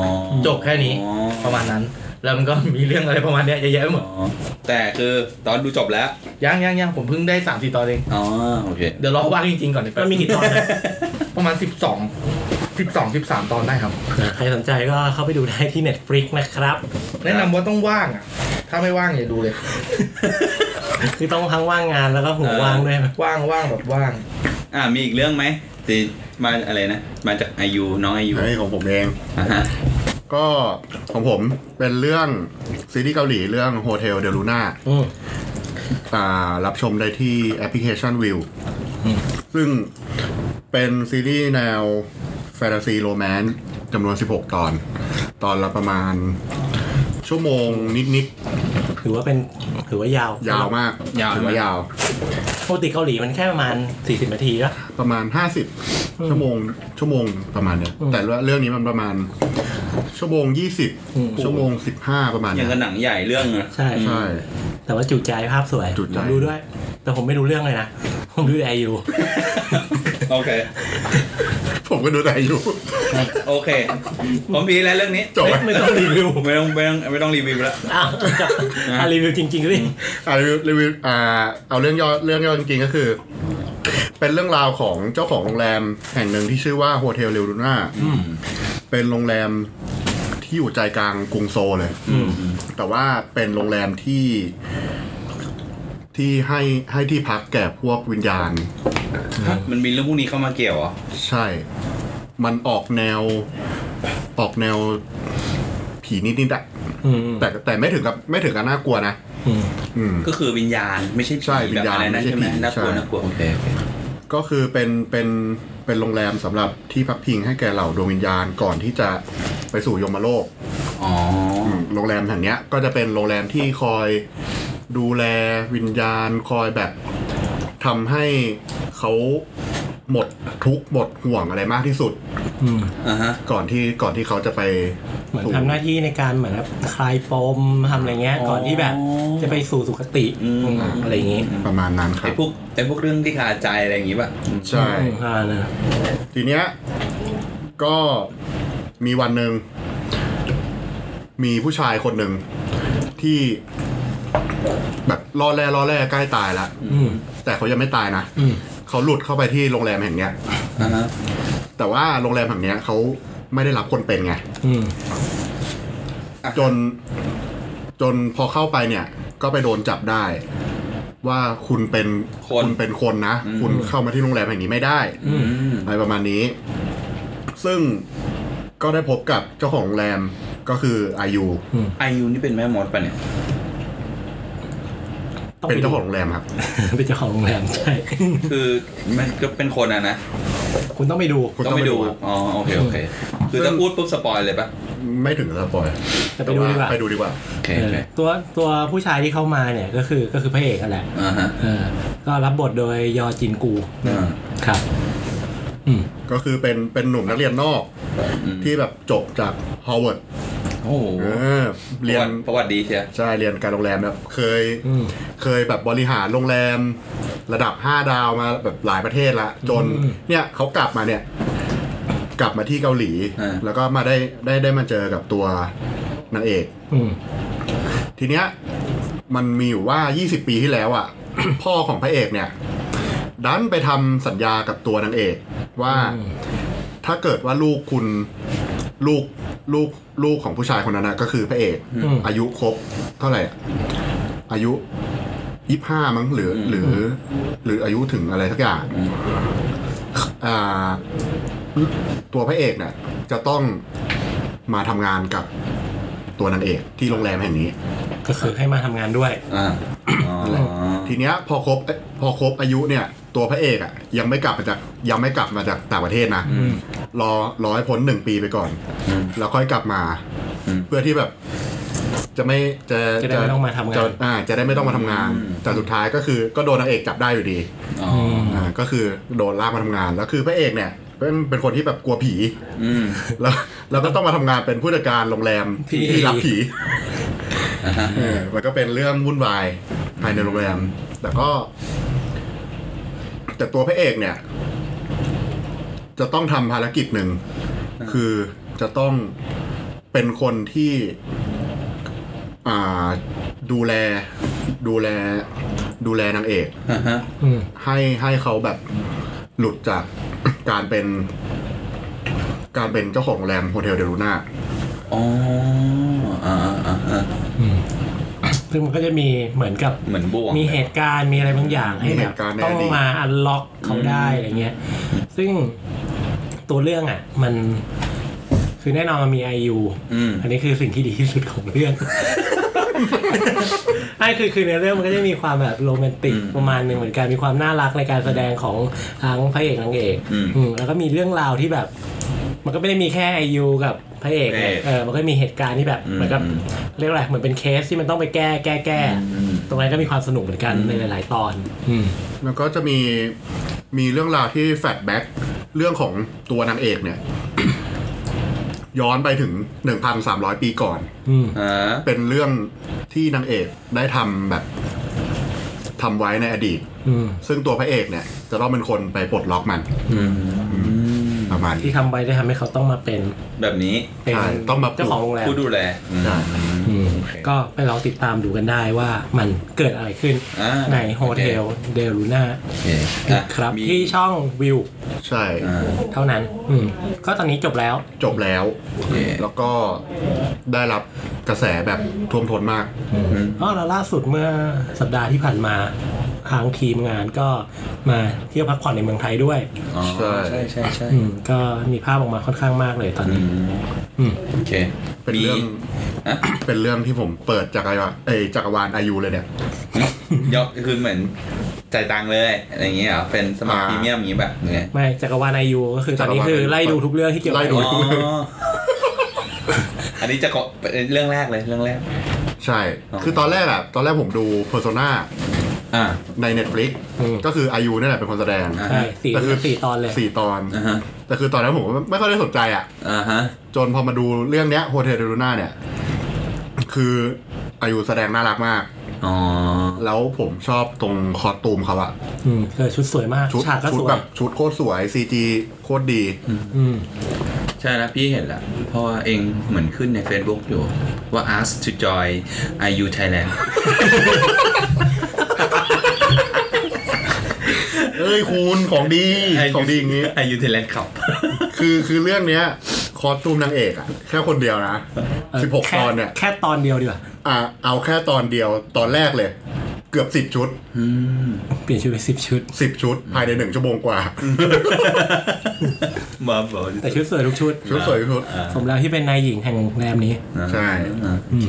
Speaker 3: จบแค่นี้
Speaker 2: อ๋อ
Speaker 3: ประมาณนั้น แล้วมันก็มีเรื่องอะไรประมาณเนี้ยเยอะแยะไปหมด
Speaker 2: อ๋อแต่คือตอนดูจบแล้ว
Speaker 3: ยังยังยังผมเพิ่งได้สามสี่ตอนเอง
Speaker 2: อ๋อโอเค
Speaker 3: เดี๋ยวรอว่างจริงๆก่อนดีก
Speaker 1: มัน
Speaker 3: ว่า
Speaker 1: มีกี่ตอนนะ
Speaker 3: ประมาณสิบสองสิบสองสิบสามตอนได้ครับ
Speaker 1: ใครสนใจก็เข้าไปดูได้ที่ Netflix นะครับ
Speaker 3: แนะนำว่าต้องว่างอ่ะ ถ้าไม่ว่างอย่าดูเลย
Speaker 1: คือต้องทั้งว่างงานแล้วก็หัวว่างด้วย
Speaker 3: ว่างว่างแบบว่าง
Speaker 2: อ่ามีอีกเรื่องไหมที่มาอะไรนะ มาจากไอยูน้องไอยู
Speaker 4: ไอ้ของผมเอง
Speaker 2: อ่าฮะ
Speaker 4: ก็ของผมเป็นเรื่องซีรีส์เกาหลีเรื่องโฮเทลเดลูน่า
Speaker 1: อืม
Speaker 4: อ่ารับชมได้ที่แอปพลิเคชันวิวซึ่งเป็นซีรีส์แนวแฟนตาซีโรแมนต์จำนวน 16 ตอน ตอนละประมาณ ชั่วโมงนิด
Speaker 1: ถือว่าเป็นถือว่ายาว
Speaker 4: ๆ ยาวมากถือว่ายาว
Speaker 1: ปกติเกาหลีมันแค่ประมาณ 40 นาทีละ
Speaker 4: ประมาณ 50 ชั่วโมงชั่วโมงประมาณเนี้ยแต่เรื่องนี้มันประมาณ ชั่วโมง
Speaker 1: อืม
Speaker 4: 20 ชั่วโมง 15 ประมาณ
Speaker 2: อ
Speaker 4: เนี้
Speaker 2: ย่างกับ
Speaker 4: ย
Speaker 2: หนังใหญ่เรื่องอะ
Speaker 1: ใช่
Speaker 4: ใช่
Speaker 1: แต่ว่าจุใจภาพสวย
Speaker 4: จุใจ
Speaker 1: ผมดูด้วย แต่ผมไม่รู้เรื่อง เลยนะ ผมดูไอยู
Speaker 2: โอเค
Speaker 4: ผมก็ดูแต่อยู่
Speaker 2: โอเค ผมพีแล้วเรื่องนี้
Speaker 4: จบ
Speaker 1: ไม่ต้องรีวิว
Speaker 2: ไม่ต้องไม่ต้องไม่ต้องรีวิวแล้ว
Speaker 1: อ้าวอ่ะรีวิวจริงๆสิ
Speaker 4: อ่ารีวิวรีวิวอ่าเอาเรื่องย่อเรื่องย่อจริงๆก็คือ เป็นเรื่องราวของเจ้าของโรงแรมแห่งหนึ่งที่ชื่อว่าโฮเทลเรลูน่าเป็นโรงแรมที่อยู่ใจกลางกรุงโซลเลยแต่ว่าเป็นโรงแรมที่ที่ให้ให้ที่พักแก่พวกวิญญาณ
Speaker 2: มันมีเรื่องพวกนี้เข้ามาเกี่ยวเหรอ
Speaker 4: ใช่ มันออกแนวออกแนวผีนิดๆอะ
Speaker 1: อืม
Speaker 4: แต่แต่ไม่ถึงกับไม่ถึงกับน่ากลัวนะ
Speaker 1: อืม
Speaker 4: อืม
Speaker 2: ก็คือวิญญาณไม่ใช่ผี
Speaker 4: ใช่วิญญาณ
Speaker 2: แบบอะไรนะ
Speaker 4: ไม่ใช่
Speaker 2: ใช่ไหม
Speaker 4: ผี
Speaker 2: น่ากลัว
Speaker 4: ใช่
Speaker 2: น่ากลัวโอเคโอเค
Speaker 4: ก็คือเป็นเป็นเป็นโรงแรมสำหรับที่พักพิงให้แก่เหล่าดวงวิญญาณก่อนที่จะไปสู่ยมโลก
Speaker 2: อ๋อ
Speaker 4: อืมโรงแรมแห่งเนี้ย ก็จะเป็นโรงแรมที่คอยดูแลวิญญาณ คอยแบบทำให้เขาหมดทุกข์หมดห่วงอะไรมากที่สุด
Speaker 1: อืม
Speaker 2: อ่าฮะ
Speaker 4: ก่อนที่ก่อนที่เขาจะไป
Speaker 1: เหมือน
Speaker 4: สู่
Speaker 1: ทำหน้าที่ในการเหมือนแบบคลายปมทำอะไรเงี้ย ก่อนที่แบบจะไปสู่สุคติอืมอะไรอย่างงี้
Speaker 4: ประมาณนั้นครั
Speaker 2: ไอบ พวกไอพวกเรื่องที่คาใจอะไรอย่างงี้ป่ะอืม
Speaker 4: ใช่
Speaker 1: อ่านะ
Speaker 4: ทีเนี้ยก็มีวันหนึ่ง มีผู้ชายคนหนึ่งที่แบบล่อแร่ล่อแร่ใกล้ตายแล้ว
Speaker 1: อืม
Speaker 4: แต่เขายังไม่ตายนะ
Speaker 1: อืม
Speaker 4: เขาหลุดเข้าไปที่โรงแรมแห่งเนี้ย
Speaker 2: อ่าฮะ
Speaker 4: แต่ว่าโรงแรมแห่งเนี้ยเขาไม่ได้รับคนเป็นไง
Speaker 1: อืม
Speaker 4: จนจนพอเข้าไปเนี่ย ก็ไปโดนจับได้ ว่าคุณเป็นณเป็นคนนะ คุณเข้ามาที่โรงแรมแห่งนี้ไม่ได้
Speaker 2: อืม
Speaker 4: อะไรประมาณนี้ ซึ่งก็ได้พบกับเจ้าของโรงแรมก็คืออายุ
Speaker 2: ไอยูนี่เป็นแม่มดป่ะเนี่ย
Speaker 1: ต้อง
Speaker 4: เป็น
Speaker 1: ไดู
Speaker 4: เจ้าของโรงแรมครับ
Speaker 1: เป็นเจ้าของโรงแรมใช่
Speaker 2: คือมันก็เป็นคนอะนะ
Speaker 1: คุณต้องไปดู
Speaker 4: คุณ
Speaker 2: ต้
Speaker 4: ต้
Speaker 2: อ
Speaker 4: อง
Speaker 2: ไป
Speaker 4: งไป
Speaker 2: ดู
Speaker 4: ดู
Speaker 2: อ๋อโอเคโอเค คือถ้าพูดปุ๊บสปอยเลยปะ
Speaker 4: ไม่ถึงกับสปอย
Speaker 1: แต่ไปดูดีกว่า
Speaker 4: ไปดูดีกว่า
Speaker 2: โอเค
Speaker 1: เอ
Speaker 2: โอ
Speaker 1: อ
Speaker 2: เค
Speaker 1: ตัวตัวผู้ชายที่เข้ามาเนี่ยก็คือก็คือพระเอกนั่นแหละ
Speaker 2: อ่าฮะ
Speaker 1: เออก็รับบทโดยยอจินกู
Speaker 2: อ่า
Speaker 1: ครับ อืม
Speaker 4: ก็คือเป็นเป็นหนุ่มนักเรียนนอก
Speaker 2: อืม
Speaker 4: ที่แบบจบจากฮาร์วาร์ด
Speaker 2: โอ้โห
Speaker 4: เออเรียน
Speaker 2: ประวัติดีเชียว
Speaker 4: ใช่เรียนการโรงแรมแบบเคย
Speaker 1: อืม
Speaker 4: เคยแบบบริหารโรงแรมระดับ 5 ดาวมาแบบหลายประเทศละจน
Speaker 1: อืม
Speaker 4: เนี่ยเขากลับมาเนี่ย กลับมาที่เกาหลี แล้วก็มาได้ได้ได้มาเจอกับตัวนางเอก
Speaker 1: อืม
Speaker 4: ทีเนี้ยมันมีอยู่ว่า 20 ปีที่แล้วอ่ะ พ่อของพระเอกเนี่ย ดันไปทำสัญญากับตัวนางเอกว่าถ้าเกิดว่าลูกคุณลูกลูกลูกของผู้ชายคนนั้นนะก็คือพระเอก
Speaker 1: อืม
Speaker 4: อายุครบเท่าไหร่อะอายุยี่ห้ามั้งหรือหรือ หรืออายุถึงอะไรสักอย่างอ่า ตัวพระเอกเนี่ยจะต้องมาทำงานกับตัวนางเอกที่โรงแรมแห่งนี้
Speaker 1: ก็คือให้มาทำงานด้วย
Speaker 2: อ่า
Speaker 4: นั่นแหละ ทีเนี้ยพอครบเอ้ยพอครบอายุเนี่ย ตัวพระเอกอะยังไม่กลับมาจากยังไม่กลับมาจากต่างประเทศนะรอรอให้พ้นหนึ่งปีไปก่อน แล้วค่อยกลับมา เพื่อที่แบบ จะไม่จะ
Speaker 1: จะได้ไม่ต้องมาทำงาน
Speaker 4: จะอ่าจะได้ไม่ต้องมาทำงาน แต่สุดท้ายก็คือก็โดนนางเอกจับได้อยู่ดี
Speaker 2: อ๋อ
Speaker 4: อ่าก็คือโดนลากมาทำงานแล้วคือพระเอกเนี่ยเป็นเป็นคนที่แบบกลัวผี
Speaker 2: อืม
Speaker 4: แล้วแล้วก็ต้องมาทำงานเป็นผู้จัดการโรงแรม
Speaker 1: ผี
Speaker 4: ที่รับผีเออมันก็เป็นเรื่องวุ่นวายภายในโรงแรม แต่ก็ แต่ตัวพระเอกเนี่ย จะต้องทำภารกิจหนึ่ง คือจะต้องเป็นคนที่ อ่าดูแล ดูแล ดูแลนางเอก
Speaker 2: อ่าฮะ
Speaker 1: อืม
Speaker 4: ให้ให้เขาแบบหลุดจาก การเป็น การเป็นเจ้าของโรงแรมโฮเทลเดลูน่า
Speaker 2: อ๋ออ่าอ่าอ่า
Speaker 1: ซึ่งมันก็จะมีเหมือนกับ
Speaker 2: เหมือนบ่วง
Speaker 1: มีเหตุการณ์มีอะไรบางอย่างให้
Speaker 4: มี
Speaker 1: แบ
Speaker 4: เห
Speaker 1: บ
Speaker 4: ตุการณ์ใน
Speaker 1: ต้อ
Speaker 4: องดีต
Speaker 1: มาอันล็อกเขาได้อะไรเงี้ย ซึ่งตัวเรื่องอ่ะ มันคือแน่นอนมันมีไอยู
Speaker 2: อืม
Speaker 1: อันนี้คือสิ่งที่ดีที่สุดของเรื่อง ไอ้คือคือในเรื่องมันก็จะมีความแบบโรแมนติกประมาณหนึ่งเหมือนกันมีความน่ารักในการแสดงของทั้งพระเอกนางเอก
Speaker 2: อืม
Speaker 1: อืมแล้วก็มีเรื่องราวที่แบบ มันก็ไม่ได้มีแค่ไอยูกับพระเอกไง
Speaker 2: เอก
Speaker 1: เออมันก็มีเหตุการณ์ที่แบบ
Speaker 2: อืม
Speaker 1: เหมือนกับ
Speaker 2: อืม
Speaker 1: เรียกอะไรเหมือนเป็นเคสที่มันต้องไปแก้แก้แก้
Speaker 2: อืม
Speaker 1: ตรงนั้นก็มีความสนุกเหมือนกันในหลาย ๆ ตอน อืม
Speaker 4: แล้วก็จะมีมีเรื่องราวที่แฟลชแบ็กเรื่องของตัวนางเอกเนี่ย ย้อนไปถึง 1,300 ปีก่อน
Speaker 1: อืม
Speaker 2: อ่า
Speaker 4: เป็นเรื่องที่นางเอกได้ทำแบบทำไว้ในอดีต
Speaker 1: อืม
Speaker 4: ซึ่งตัวพระเอกเนี่ย จะต้องเป็นคนไปปลดล็อกมัน
Speaker 2: อืม
Speaker 4: ประมาณนี้
Speaker 1: ที่ทำไปได้ทำให้เขาต้องมาเป็น
Speaker 2: แบบนี้
Speaker 1: เป็น
Speaker 4: ใช่ต้องมาป
Speaker 1: เจ้า
Speaker 4: ลูก
Speaker 1: ของโรงแรม
Speaker 2: ผู้ดูแลอืม
Speaker 4: ใช่
Speaker 1: อืม
Speaker 2: โอเค
Speaker 1: ก็ไปลองติดตามดูกันได้ว่ามันเกิดอะไรขึ้น
Speaker 2: อ่า
Speaker 1: ในโฮเทลเดลูน่า
Speaker 2: โอเคอ่ะ
Speaker 1: ครับ
Speaker 2: มี
Speaker 1: ที่ช่องวิว
Speaker 4: ใช่
Speaker 2: อ่า
Speaker 1: เท่านั้น อืม ก็ตอนนี้จบแล้ว
Speaker 4: จบแล้ว
Speaker 2: โอเค
Speaker 4: แล้วก็ได้รับกระแสแบบท่วมท้นมาก
Speaker 1: อ๋อแล้วล่าสุดเมื่อสัปดาห์ที่ผ่านมาทางทีมงานก็มาเที่ยวพักผ่อนในเมืองไทยด้วย
Speaker 2: อ๋อ
Speaker 4: ใช่
Speaker 2: ใช่ใช่ใช่
Speaker 1: อืม ก็มีภาพออกมาค่อนข้างมากเลยตอน
Speaker 2: อื
Speaker 1: นี้
Speaker 2: ม
Speaker 1: อืม
Speaker 2: โอเค
Speaker 4: เป็นเรื่อง
Speaker 2: มี อ่ะ
Speaker 4: เป็นเรื่องที่ผมเปิดจักรวาลเอยจักรวาลอายุเลยเนี่ย
Speaker 2: ยกคือเหมือนจ่ายตังค์เลยอะไรอย่างเงี้ยเหรอเป็นสมัคร
Speaker 4: อ่า
Speaker 2: พรีเมียมอย่างงี้แบบไง
Speaker 1: ไม่จักรวาลไอยูก็คือตอนนี้คือไล่ดูทุกเรื่องที่เกี่ยวกับ
Speaker 4: ไล่ดู
Speaker 2: อ๋ออันนี้จะก็เป็นเรื่องแรกเลยเรื่องแรก
Speaker 4: ใช่
Speaker 2: อ๋อ
Speaker 4: คือตอนแรกอะตอนแรกผมดู Persona
Speaker 2: อ่า
Speaker 4: ใน Netflix
Speaker 1: อืม
Speaker 4: ก็คืออายุนี่นแหละเป็นคนแสดง
Speaker 2: อ่ะ
Speaker 1: ใช่สี่
Speaker 4: แต่คือ
Speaker 1: สี่ตอนเลย
Speaker 4: สี่ตอน
Speaker 2: อ่าฮะ
Speaker 4: แต่คือตอนนั้นผมไม่ค่อยได้สนใจอะ
Speaker 2: อ่าฮะ
Speaker 4: จนพอมาดูเรื่องเนี้ย Hotel d e l u n a เนี่ย คืออายุแสดงน่ารักมาก
Speaker 2: อ๋อ
Speaker 4: แล้วผมชอบตรงคอสตูมเขาอะ
Speaker 1: อืมเออชุดสวยมาก
Speaker 4: ชุด
Speaker 1: ฉากก็
Speaker 4: ชุด
Speaker 1: สว
Speaker 4: แบ
Speaker 1: ย
Speaker 4: บชุดโคตรสวย CG โคตรดี
Speaker 1: อืม
Speaker 2: ใช่แล้วพี่เห็นละเพราะว่าเองเหมือนขึ้นใน Facebook อยู่ว่า ask to join IU Thailand
Speaker 4: เอ้ยคุณของดีของ ดีอย่างนี้
Speaker 2: IU Thailand ขับ
Speaker 4: คือคือเรื่องเนี้ยคอสตูมนางเอกอะแค่คนเดียวนะ
Speaker 1: เออ
Speaker 4: สิบหก
Speaker 1: แค่
Speaker 4: ตอนเนี่ย
Speaker 1: แค่ตอนเดียวดีกว่า
Speaker 4: อ่ะเอาแค่ตอนเดียวตอนแรกเลย เกือบสิบชุด
Speaker 1: เปลี่ยนชุดไปสิบชุด
Speaker 4: สิบชุด ภายในหนึ่งชั่วโมงกว่า
Speaker 2: มาบอก
Speaker 1: แต่ชุดสวยทุกชุด
Speaker 4: ชุดสวยชุด
Speaker 1: สมแล้วที่เป็นนายหญิงแห่งโรงแรมนี้
Speaker 4: ใช่
Speaker 2: อ่าโอเค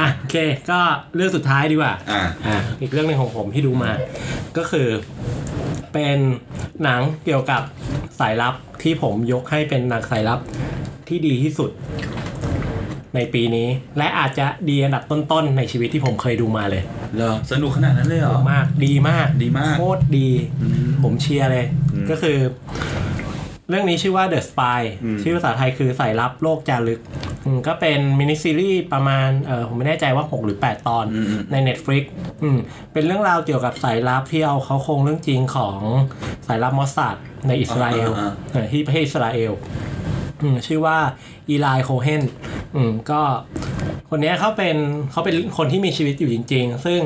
Speaker 1: อ่ะโอเค ก็เรื่องสุดท้ายดีกว่า
Speaker 2: อ่า
Speaker 1: อ่ะอีกเรื่องหนึ่งของผมที่ดูมา ก็คือ เป็นหนังเกี่ยวกับสายลับที่ผมยกให้เป็นหนังสายลับที่ดีที่สุด ในปีนี้ และอาจจะดีอันดับต้นๆในชีวิตที่ผมเคยดูมาเลย
Speaker 2: เหรอสนุกขนาดนั้นเลยเหรอ
Speaker 1: มากดีมาก
Speaker 2: ดีมาก
Speaker 1: โคตรดี ผมเชียร์เลย ก็คือ เรื่องนี้ชื่อว่า The Spy ชื่อภาษาไทยคือสายลับโลกจารึก อืมก็เป็นมินิซีรีส์ประมาณเออผมไม่แน่ใจว่า 6 หรือ 8 ตอน
Speaker 2: อืม
Speaker 1: ใน Netflix อืมเป็นเรื่องราวเกี่ยวกับสายลับที่เอาเขาโครงเรื่องจริงของสายลับมอสซาดในอิสราเอล
Speaker 2: อ่า
Speaker 1: เออที่ประเทศอิสราเอลอืมชื่อว่าอีไลโคเฮนอืมก็คนเนี้ยเขาเป็นเขาเป็นคนที่มีชีวิตอยู่จริง ๆ ซึ่ง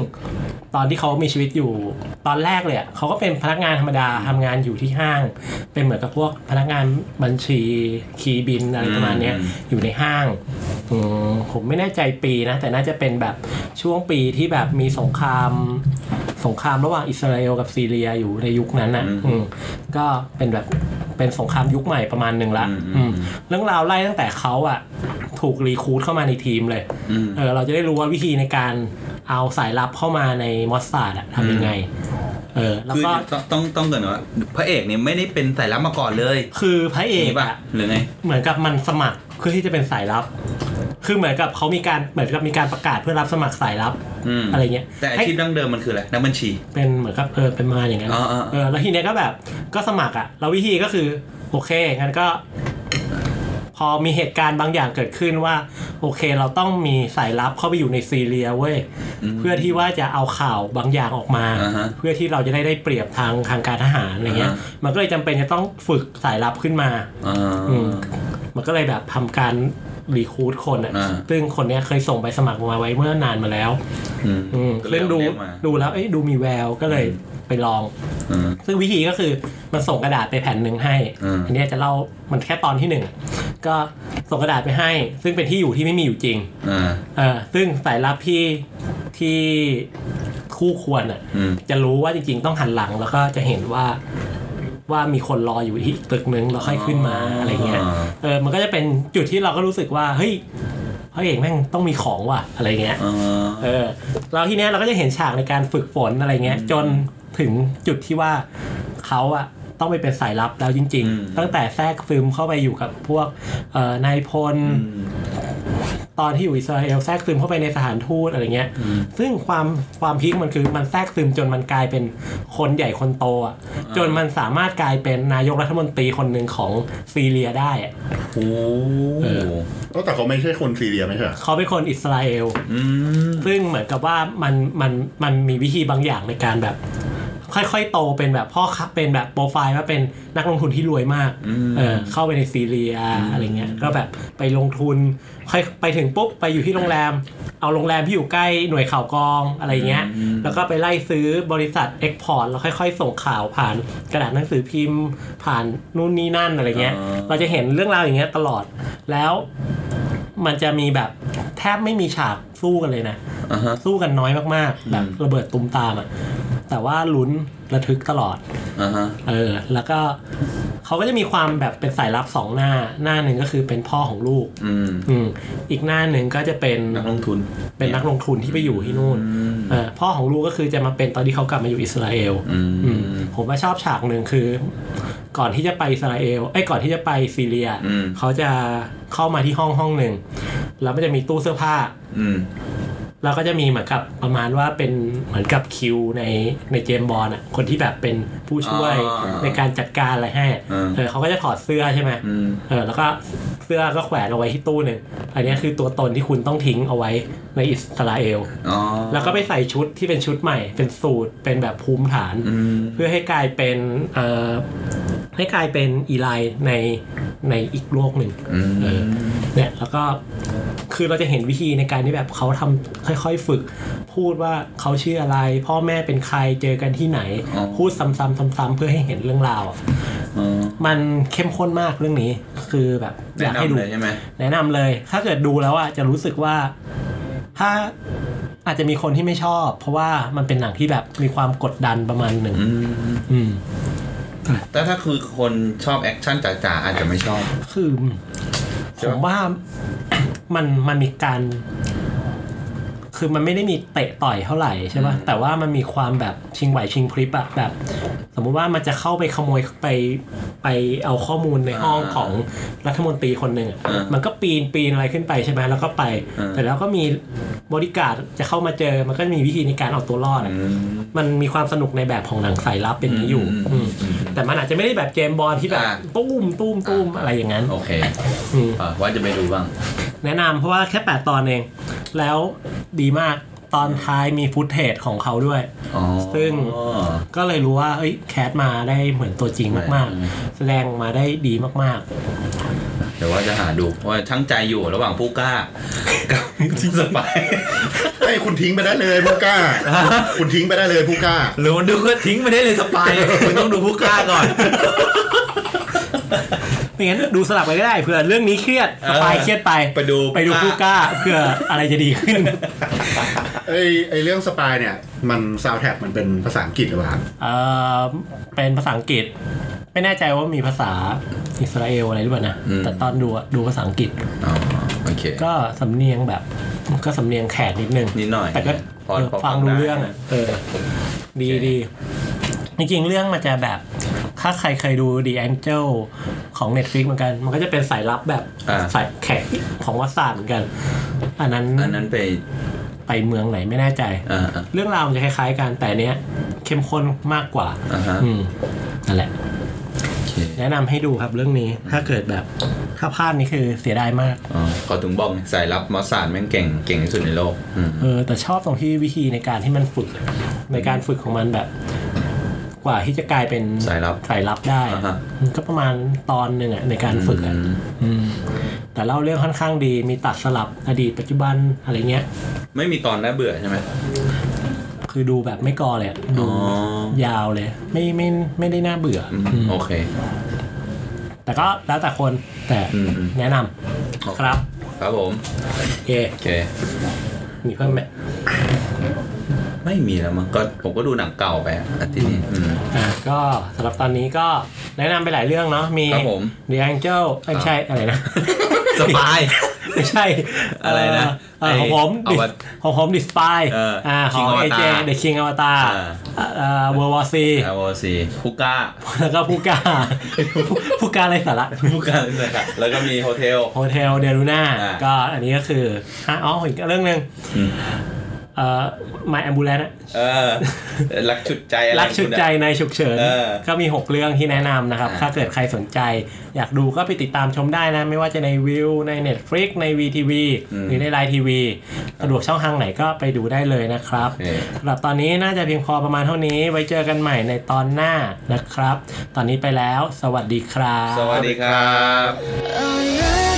Speaker 1: ตอนที่เขามีชีวิตอยู่ตอนแรกเลยอะเขาก็เป็นพนักงานธรรมดาทำงานอยู่ที่ห้าง เป็นเหมือนกับพวกพนักงานบัญชีคีย์บินอะไรประมาณเนี้ย
Speaker 2: อืม
Speaker 1: อยู่ในห้างอืมผมไม่แน่ใจปีนะ แต่น่าจะเป็นแบบช่วงปีที่แบบมีสงคราม สงครามระหว่างอิสราเอลกับซีเรียอยู่ในยุคนั้นนะ
Speaker 2: อืม
Speaker 1: อืมก็เป็นแบบเป็นสงครามยุคใหม่ประมาณหนึ่งละ
Speaker 2: อืม
Speaker 1: อืมเรื่องราวไล่ตั้งแต่เขาอะถูกรีครูดเข้ามาในทีมเลย
Speaker 2: อืม
Speaker 1: เออเราจะได้รู้ว่าวิธีในการเอาสายลับเข้ามาในมอสซาดอะทำยังไง เออแล้ว
Speaker 2: คือ
Speaker 1: ก็
Speaker 2: ต้องต้องต้องเกรินว่าพระเอกเนี่ยไม่ได้เป็นสายลับมาก่อนเลย
Speaker 1: คือพระเอ
Speaker 2: นี่
Speaker 1: ก
Speaker 2: ป่ะ
Speaker 1: อะ
Speaker 2: หรือไง
Speaker 1: เหมือนกับมันสมัครเพื่อที่จะเป็นสายลับ คือเหมือนกับเขามีการเหมือนกับมีการประกาศเพื่อรับสมัครสายลับ
Speaker 2: อืม
Speaker 1: อะไรเงี้ย
Speaker 2: แต่อา
Speaker 1: ให้
Speaker 2: ชีพดั้งเดิมมันคืออะไรนักบัญชี
Speaker 1: เป็นเหมือนกับเออเป็นมาอย่างนั้น
Speaker 2: อ่าอ่า
Speaker 1: เออแล้วทีเนี้ยก็แบบก็สมัครอ่ะแล้ววิธีก็คือโอเคงั้นก็ พอมีเหตุการณ์บางอย่างเกิดขึ้นว่า โอเคเราต้องมีสายลับเข้าไปอยู่ในซีเรียเว้ย
Speaker 2: ม
Speaker 1: เพื่อที่ว่าจะเอาข่าวบางอย่างออกมา
Speaker 2: อ่าฮะ
Speaker 1: เพื่อที่เราจะได้ได้เปรียบทางทางการทหารอะไรเงี้ย
Speaker 2: อ่าฮ
Speaker 1: มันก็เลยจำเป็นจะต้องฝึกสายลับขึ้นมา
Speaker 2: อ่า
Speaker 1: อืมมันก็เลยแบบทำการรีคูดคนอ่ะ
Speaker 2: อ่า
Speaker 1: ซึ่งคนเนี้ยเคยส่งไปสมัครมาไว้เมื่อนานมาแล้ว
Speaker 2: อืม
Speaker 1: อืม
Speaker 2: ก็เลย
Speaker 1: เรื่องดู
Speaker 2: เอาเรียกมา
Speaker 1: ดูแล้วเอ้ยดูมีแววก็เลยไปลอง
Speaker 2: อืม
Speaker 1: ซึ่งวิธีก็คือมันส่งกระดาษไปแผ่นหนึ่งให้
Speaker 2: อืม
Speaker 1: อันเนี้ยจะเล่ามันแค่ตอนที่หนึ่ง ก็ส่งกระดาษไปให้ ซึ่งเป็นที่อยู่ที่ไม่มีอยู่จริง
Speaker 2: อ่า
Speaker 1: เออซึ่งสายลับที่ที่คู่ควรอ่ะ
Speaker 2: อืม
Speaker 1: จะรู้ว่าจริงๆต้องหันหลังแล้วก็จะเห็นว่าว่ามีคนรออยู่ที่อีกตึกนึงแล้วค่อยขึ้นมา
Speaker 2: อ๋ออ
Speaker 1: อะไรเงี้ยเออมันก็จะเป็นจุดที่เราก็รู้สึกว่าเฮ้ยพระเอกแม่งต้องมีของว่ะอะไรเงี้ย
Speaker 2: า
Speaker 1: เออเราทีเนี้ยเราก็จะเห็นฉากในการฝึกฝนอะไรเงี้ย จนถึงจุดที่ว่าเขาอะต้องไปเป็นสายลับแล้วจริง
Speaker 2: อืม
Speaker 1: ๆ ตั้งแต่แทรกซึมเข้าไปอยู่กับพวกเอ่อนายพล
Speaker 2: อืม
Speaker 1: ตอนที่อยู่อิสราเอลแทรกซึมเข้าไปในสถานทูตอะไรเงี้ย ซึ่งความความพีคมันคือมันแทรกซึมจนมันกลายเป็นคนใหญ่คนโตอ่ะ จนมันสามารถกลายเป็นนายกรัฐมนตรีคนหนึ่งของซีเรียได้อะ
Speaker 2: โอ้
Speaker 1: เออ
Speaker 4: ก็แต่เขาไม่ใช่คนซีเรียไม่ใช่เหรอ
Speaker 1: เขาเป็นคนอิสราเอล
Speaker 2: อืม
Speaker 1: ซึ่งเหมือนกับว่ามันมันมันมีวิธีบางอย่างในการแบบ ค่อยๆโตเป็นแบบพ่อค้าเป็นแบบโปรไฟล์ว่าเป็นนักลงทุนที่รวยมาก
Speaker 2: อืม
Speaker 1: เออเข้าไปในซีเรียอะไรเงี้ยก็แบบไปลงทุนค่อยไปถึงปุ๊บไปอยู่ที่โรงแรม เอาโรงแรมที่อยู่ใกล้หน่วยข่าวกรองอะไรเงี้ย แล้วก็ไปไล่ซื้อบริษัทเอ็กพอร์ตแล้วค่อย ๆ ส่งข่าวผ่านกระดาษหนังสือพิมพ์ ผ่านนู่นนี่นั่นอะไรเงี้ย
Speaker 2: อ่า
Speaker 1: เราจะเห็นเรื่องราวอย่างเงี้ยตลอดแล้ว มันจะมีแบบแทบไม่มีฉากสู้กันเลยนะ
Speaker 2: อ่าฮะ
Speaker 1: สู้กันน้อยมาก
Speaker 2: อืม
Speaker 1: ๆ แบบระเบิดตุมตามอ่ะ แต่ว่าลุ้นระทึกตลอด
Speaker 2: อ่าฮะ
Speaker 1: เออ แล้วก็เขาก็จะมีความแบบเป็นสายลับสองหน้า หน้าหนึ่งก็คือเป็นพ่อของลูก
Speaker 2: อืม
Speaker 1: อืม อีกหน้าหนึ่งก็จะเป็น
Speaker 2: นักลงทุน
Speaker 1: เป็นนักลงทุนที่ไปอยู่ที่นู่น
Speaker 2: อืม
Speaker 1: เออพ่อของลูกก็คือจะมาเป็นตอนที่เขากลับมาอยู่อิสราเอล
Speaker 2: อื
Speaker 1: อืม
Speaker 2: ม
Speaker 1: ผมว่าชอบฉากหนึ่งคือ ก่อนที่จะไปอิสราเอลไอ้ยก่อนที่จะไปซีเรีย
Speaker 2: อืม
Speaker 1: เขาจะเข้ามาที่ห้องห้องหนึ่งแล้วมันจะมีตู้เสื้อผ้า
Speaker 2: อืม
Speaker 1: แล้วก็จะมีเหมือนกับประมาณว่าเป็นเหมือนกับคิวในในเจมส์บอลอ่ะคนที่แบบเป็นผู้ช่วย
Speaker 2: อ่า
Speaker 1: ในการจัดการอะไรให้
Speaker 2: อืม
Speaker 1: เออเขาก็จะถอดเสื้อใช่ไหม
Speaker 2: อืม
Speaker 1: เออแล้วก็เสื้อก็แขวนเอาไว้ที่ตู้หนึ่งอันเนี้ยคือตัวตนที่คุณต้องทิ้งเอาไว้ในอิสราเอล
Speaker 2: อ๋อ
Speaker 1: แล้วก็ไปใส่ชุดที่เป็นชุดใหม่ เป็นสูตรเป็นแบบภูมิฐาน
Speaker 2: อืม
Speaker 1: เพื่อให้กลายเป็นเอ่อให้กลายเป็นอีไลในในอีกโลกหนึ่ง
Speaker 2: อืม
Speaker 1: เออเนี่ยแล้วก็คือเราจะเห็นวิธีในการที่แบบเขาทำค่อยๆฝึก พูดว่าเขาชื่ออะไร พ่อแม่เป็นใครเจอกันที่ไหน
Speaker 2: อ๋อ
Speaker 1: พูดซ้ำๆซ้ำๆเพื่อให้เห็นเรื่องราวอะ
Speaker 2: อ๋อ
Speaker 1: มันเข้มข้นมากเรื่องนี้ คือแบบอยา
Speaker 2: แนะ
Speaker 1: กให้
Speaker 2: นำ
Speaker 1: ดู
Speaker 2: เลยใช่ไหม
Speaker 1: แนะนำเลย ถ้าเกิดดูแล้วอ่ะจะรู้สึกว่า ถ้าอาจจะมีคนที่ไม่ชอบ เพราะว่ามันเป็นหนังที่แบบมีความกดดันประมาณหนึ่ง
Speaker 2: อืม
Speaker 1: อืม
Speaker 2: แต่ถ้าคือคนชอบแอคชั่นจ๋าๆอาจจะไม่ชอบ
Speaker 1: คือ
Speaker 2: ใช่
Speaker 1: ผ
Speaker 2: ปะ
Speaker 1: มว่า มันมันมีการ คือมันไม่ได้มีเตะต่อยเท่าไหร่ใช่ป่ะแต่ว่ามันมีความแบบชิงไหวชิงพริบอะแบบ สมมุติว่ามันจะเข้าไปขโมยไปไปเอาข้อมูลในห้อง
Speaker 2: อ่า
Speaker 1: ของรัฐมนตรีคนหนึ่งอะ
Speaker 2: อ่ามั
Speaker 1: มันก็ปีนปีนอะไรขึ้นไปใช่ไหมแล้วก็ไป
Speaker 2: อ่า
Speaker 1: แต่แล้วก็มีบริการดจะเข้ามาเจอ มันก็มีวิธีในการเอาตัวรอดอะ
Speaker 2: อืม
Speaker 1: มันมีความสนุกในแบบของหนังสายลับเป็นอย่างนี้อยู่
Speaker 2: อืม
Speaker 1: อืมแต่มันอาจจะไม่ได้แบบเจมส์บอลที่แบบ
Speaker 2: อ่า
Speaker 1: ตุ้มตุ้มตุ้ม
Speaker 2: อ่า
Speaker 1: อะไรอย่างนั้น
Speaker 2: โอเค
Speaker 1: อืม
Speaker 2: อ่ะว่าจะไปดูบ้าง
Speaker 1: แนะนำเพราะว่าแค่ 8 ตอนเอง แล้วดีมากตอนท้ายมีฟุตเทจของเขาด้วย
Speaker 2: อ๋อ
Speaker 1: ซึ่ง ก็เลยรู้ว่าเอ้ยแคสมาได้เหมือนตัวจริงมาก
Speaker 2: อืม
Speaker 1: ๆ แสดงมาได้ดีมาก
Speaker 2: เดี๋ยวว่าจะหาดูว่าช่างใจอยู่ระหว่างผู้ก ล้ากับที่สปาย
Speaker 4: ไอ้ยคุณทิ้งไปได้เลยผู้กล้า คุณทิ้งไปได้เลยผู้กล้า
Speaker 2: หรือมันดูก็ทิ้งไปได้เลยสปายคุณต้องดูผู้กล้าก่อน
Speaker 1: ๆไม่งั้นดูสลับไปก็ได้เผื่อเรื่องนี้เครียดสปายเครียดไป
Speaker 2: ไปดู
Speaker 1: ไปดูผู้กล้าเผื่ออะไรจะดีขึ้น
Speaker 4: ไอ้ไอ้เรื่องสปายเนี่ย มันซาวแท็กมันเป็นภาษาอังกฤษหรือเปล่าครับ
Speaker 1: เอ่อเป็นภาษาอังกฤษ ไม่แน่ใจว่ามีภาษาอิสราเอลอะไรหรือเปล่านะ
Speaker 2: อืม
Speaker 1: แต่ตอนดูอะดูภาษาอังกฤษ
Speaker 2: อ๋อโอเค
Speaker 1: ก็สำเนียงแบบก็สำเนียงแขกนิดนึง
Speaker 2: นิดหน่อย
Speaker 1: แต่ก็
Speaker 2: พอ
Speaker 1: เออ
Speaker 2: พอ
Speaker 1: ฟังรู้
Speaker 2: ได้
Speaker 1: เรื่องอะเออ ดีดีจริงๆ เรื่องมันจะแบบ ถ้าใครเคยดู The Angel ของ Netflix เหมือนกัน มันก็จะเป็นสายลับแบบ
Speaker 2: อ่า
Speaker 1: สายแขกของวัดศาสตร์เหมือนกัน อันนั้น
Speaker 2: อันนั้นไป
Speaker 1: ไปเมืองไหนไม่แน่ใจ
Speaker 2: อ่า
Speaker 1: เรื่องราวมันจะคล้ายๆกันแต่อันเนี้ย เข้มข้นมากกว่า
Speaker 2: อ่าฮะ
Speaker 1: อืมนั่นแหละ
Speaker 2: โอเค
Speaker 1: แนะนำให้ดูครับเรื่องนี้ถ้าเกิดแบบ ถ้าพลาดนี่คือเสียดายมาก
Speaker 2: อ๋อขอถึงบอกไงสายรับมอสซานแม่งเก่งเก่งที่สุดในโลกอืม
Speaker 1: เออ แต่ชอบตรงที่วิธีในการที่มันฝึก ในการฝึกของมันแบบ กว่าที่จะกลายเป็น
Speaker 2: สายลับ
Speaker 1: สายลับได้
Speaker 2: อ่าฮะ
Speaker 1: มันก็ประมาณตอนหนึ่งอะในการฝึกอะอืมแต่เล่าเรื่องค่อนข้างดีมีตัดสลับอดีตปัจจุบันอะไรเงี้ย
Speaker 2: ไม่มีตอนน่าเบื่อใช่ไหม
Speaker 1: คือดูแบบไม่กอเลยอะดู
Speaker 2: อ๋อ
Speaker 1: ยาวเลย ไม่ไม่ไม่ได้น่าเบื่ออ
Speaker 2: อืมโอเค
Speaker 1: แต่ก็แล้วแต่คนแต่
Speaker 2: อืม
Speaker 1: แนะนำครับ
Speaker 2: ครับผม
Speaker 1: โอเค
Speaker 2: โอเค
Speaker 1: มีเพิ่มไหม
Speaker 2: ไม่มีแล้วมั้งก็ผมก็ดูหนังเก่าไปอาทิตย์นี้อืม
Speaker 1: อ่ะก็สำหรับตอนนี้ก็แนะนำไปหลายเรื่องเนาะมี
Speaker 2: ครับผม
Speaker 1: The Angel เอ้ยไม่ใช่อะไรนะ
Speaker 2: สบาย
Speaker 1: ไม่ใช่
Speaker 2: อะไรนะ
Speaker 1: เอ่อ
Speaker 2: ไอ้
Speaker 1: ของผม
Speaker 2: เอาว่า
Speaker 1: ของผมดิสปาย
Speaker 2: เอออ่
Speaker 1: ของ
Speaker 2: King
Speaker 1: AJ
Speaker 2: Avatar
Speaker 1: The King Avatar
Speaker 2: อ่า
Speaker 1: เอ่อ World War C
Speaker 2: อาวซีคุก้ า
Speaker 1: แล้วก็ผู้กล้า ผู้ผู้กล้าไรสาระ
Speaker 2: คุก้าเลยครับแล้วก็มีโฮเทล
Speaker 1: โฮเทลเดลูน่า
Speaker 2: อ่า
Speaker 1: ก็อันนี้ก็คือฮะอ๋ออีกเรื่องหนึ่ง
Speaker 2: อืม
Speaker 1: เอ่อ My Ambulance อะ
Speaker 2: เออ รักฉุดใจอะไร
Speaker 1: รักชุดใจ
Speaker 2: คุณอะ
Speaker 1: ในฉุกเฉิน
Speaker 2: เออ
Speaker 1: ก็มี 6 เรื่องที่แนะนำนะครับ
Speaker 2: อ่า
Speaker 1: ถ้าเกิดใครสนใจ อยากดูก็ไปติดตามชมได้นะ ไม่ว่าจะในวิวใน Netflix ใน VTV หรือในไลน์ทีวีสะดวกช่องทางไหนก็ไปดูได้เลยนะครับ
Speaker 2: โอเค
Speaker 1: สำหรับตอนนี้น่าจะเพียงพอประมาณเท่านี้ ไว้เจอกันใหม่ในตอนหน้านะครับ ตอนนี้ไปแล้ว สวัสดีครับ
Speaker 2: สวัสดีครับ
Speaker 7: Oh no.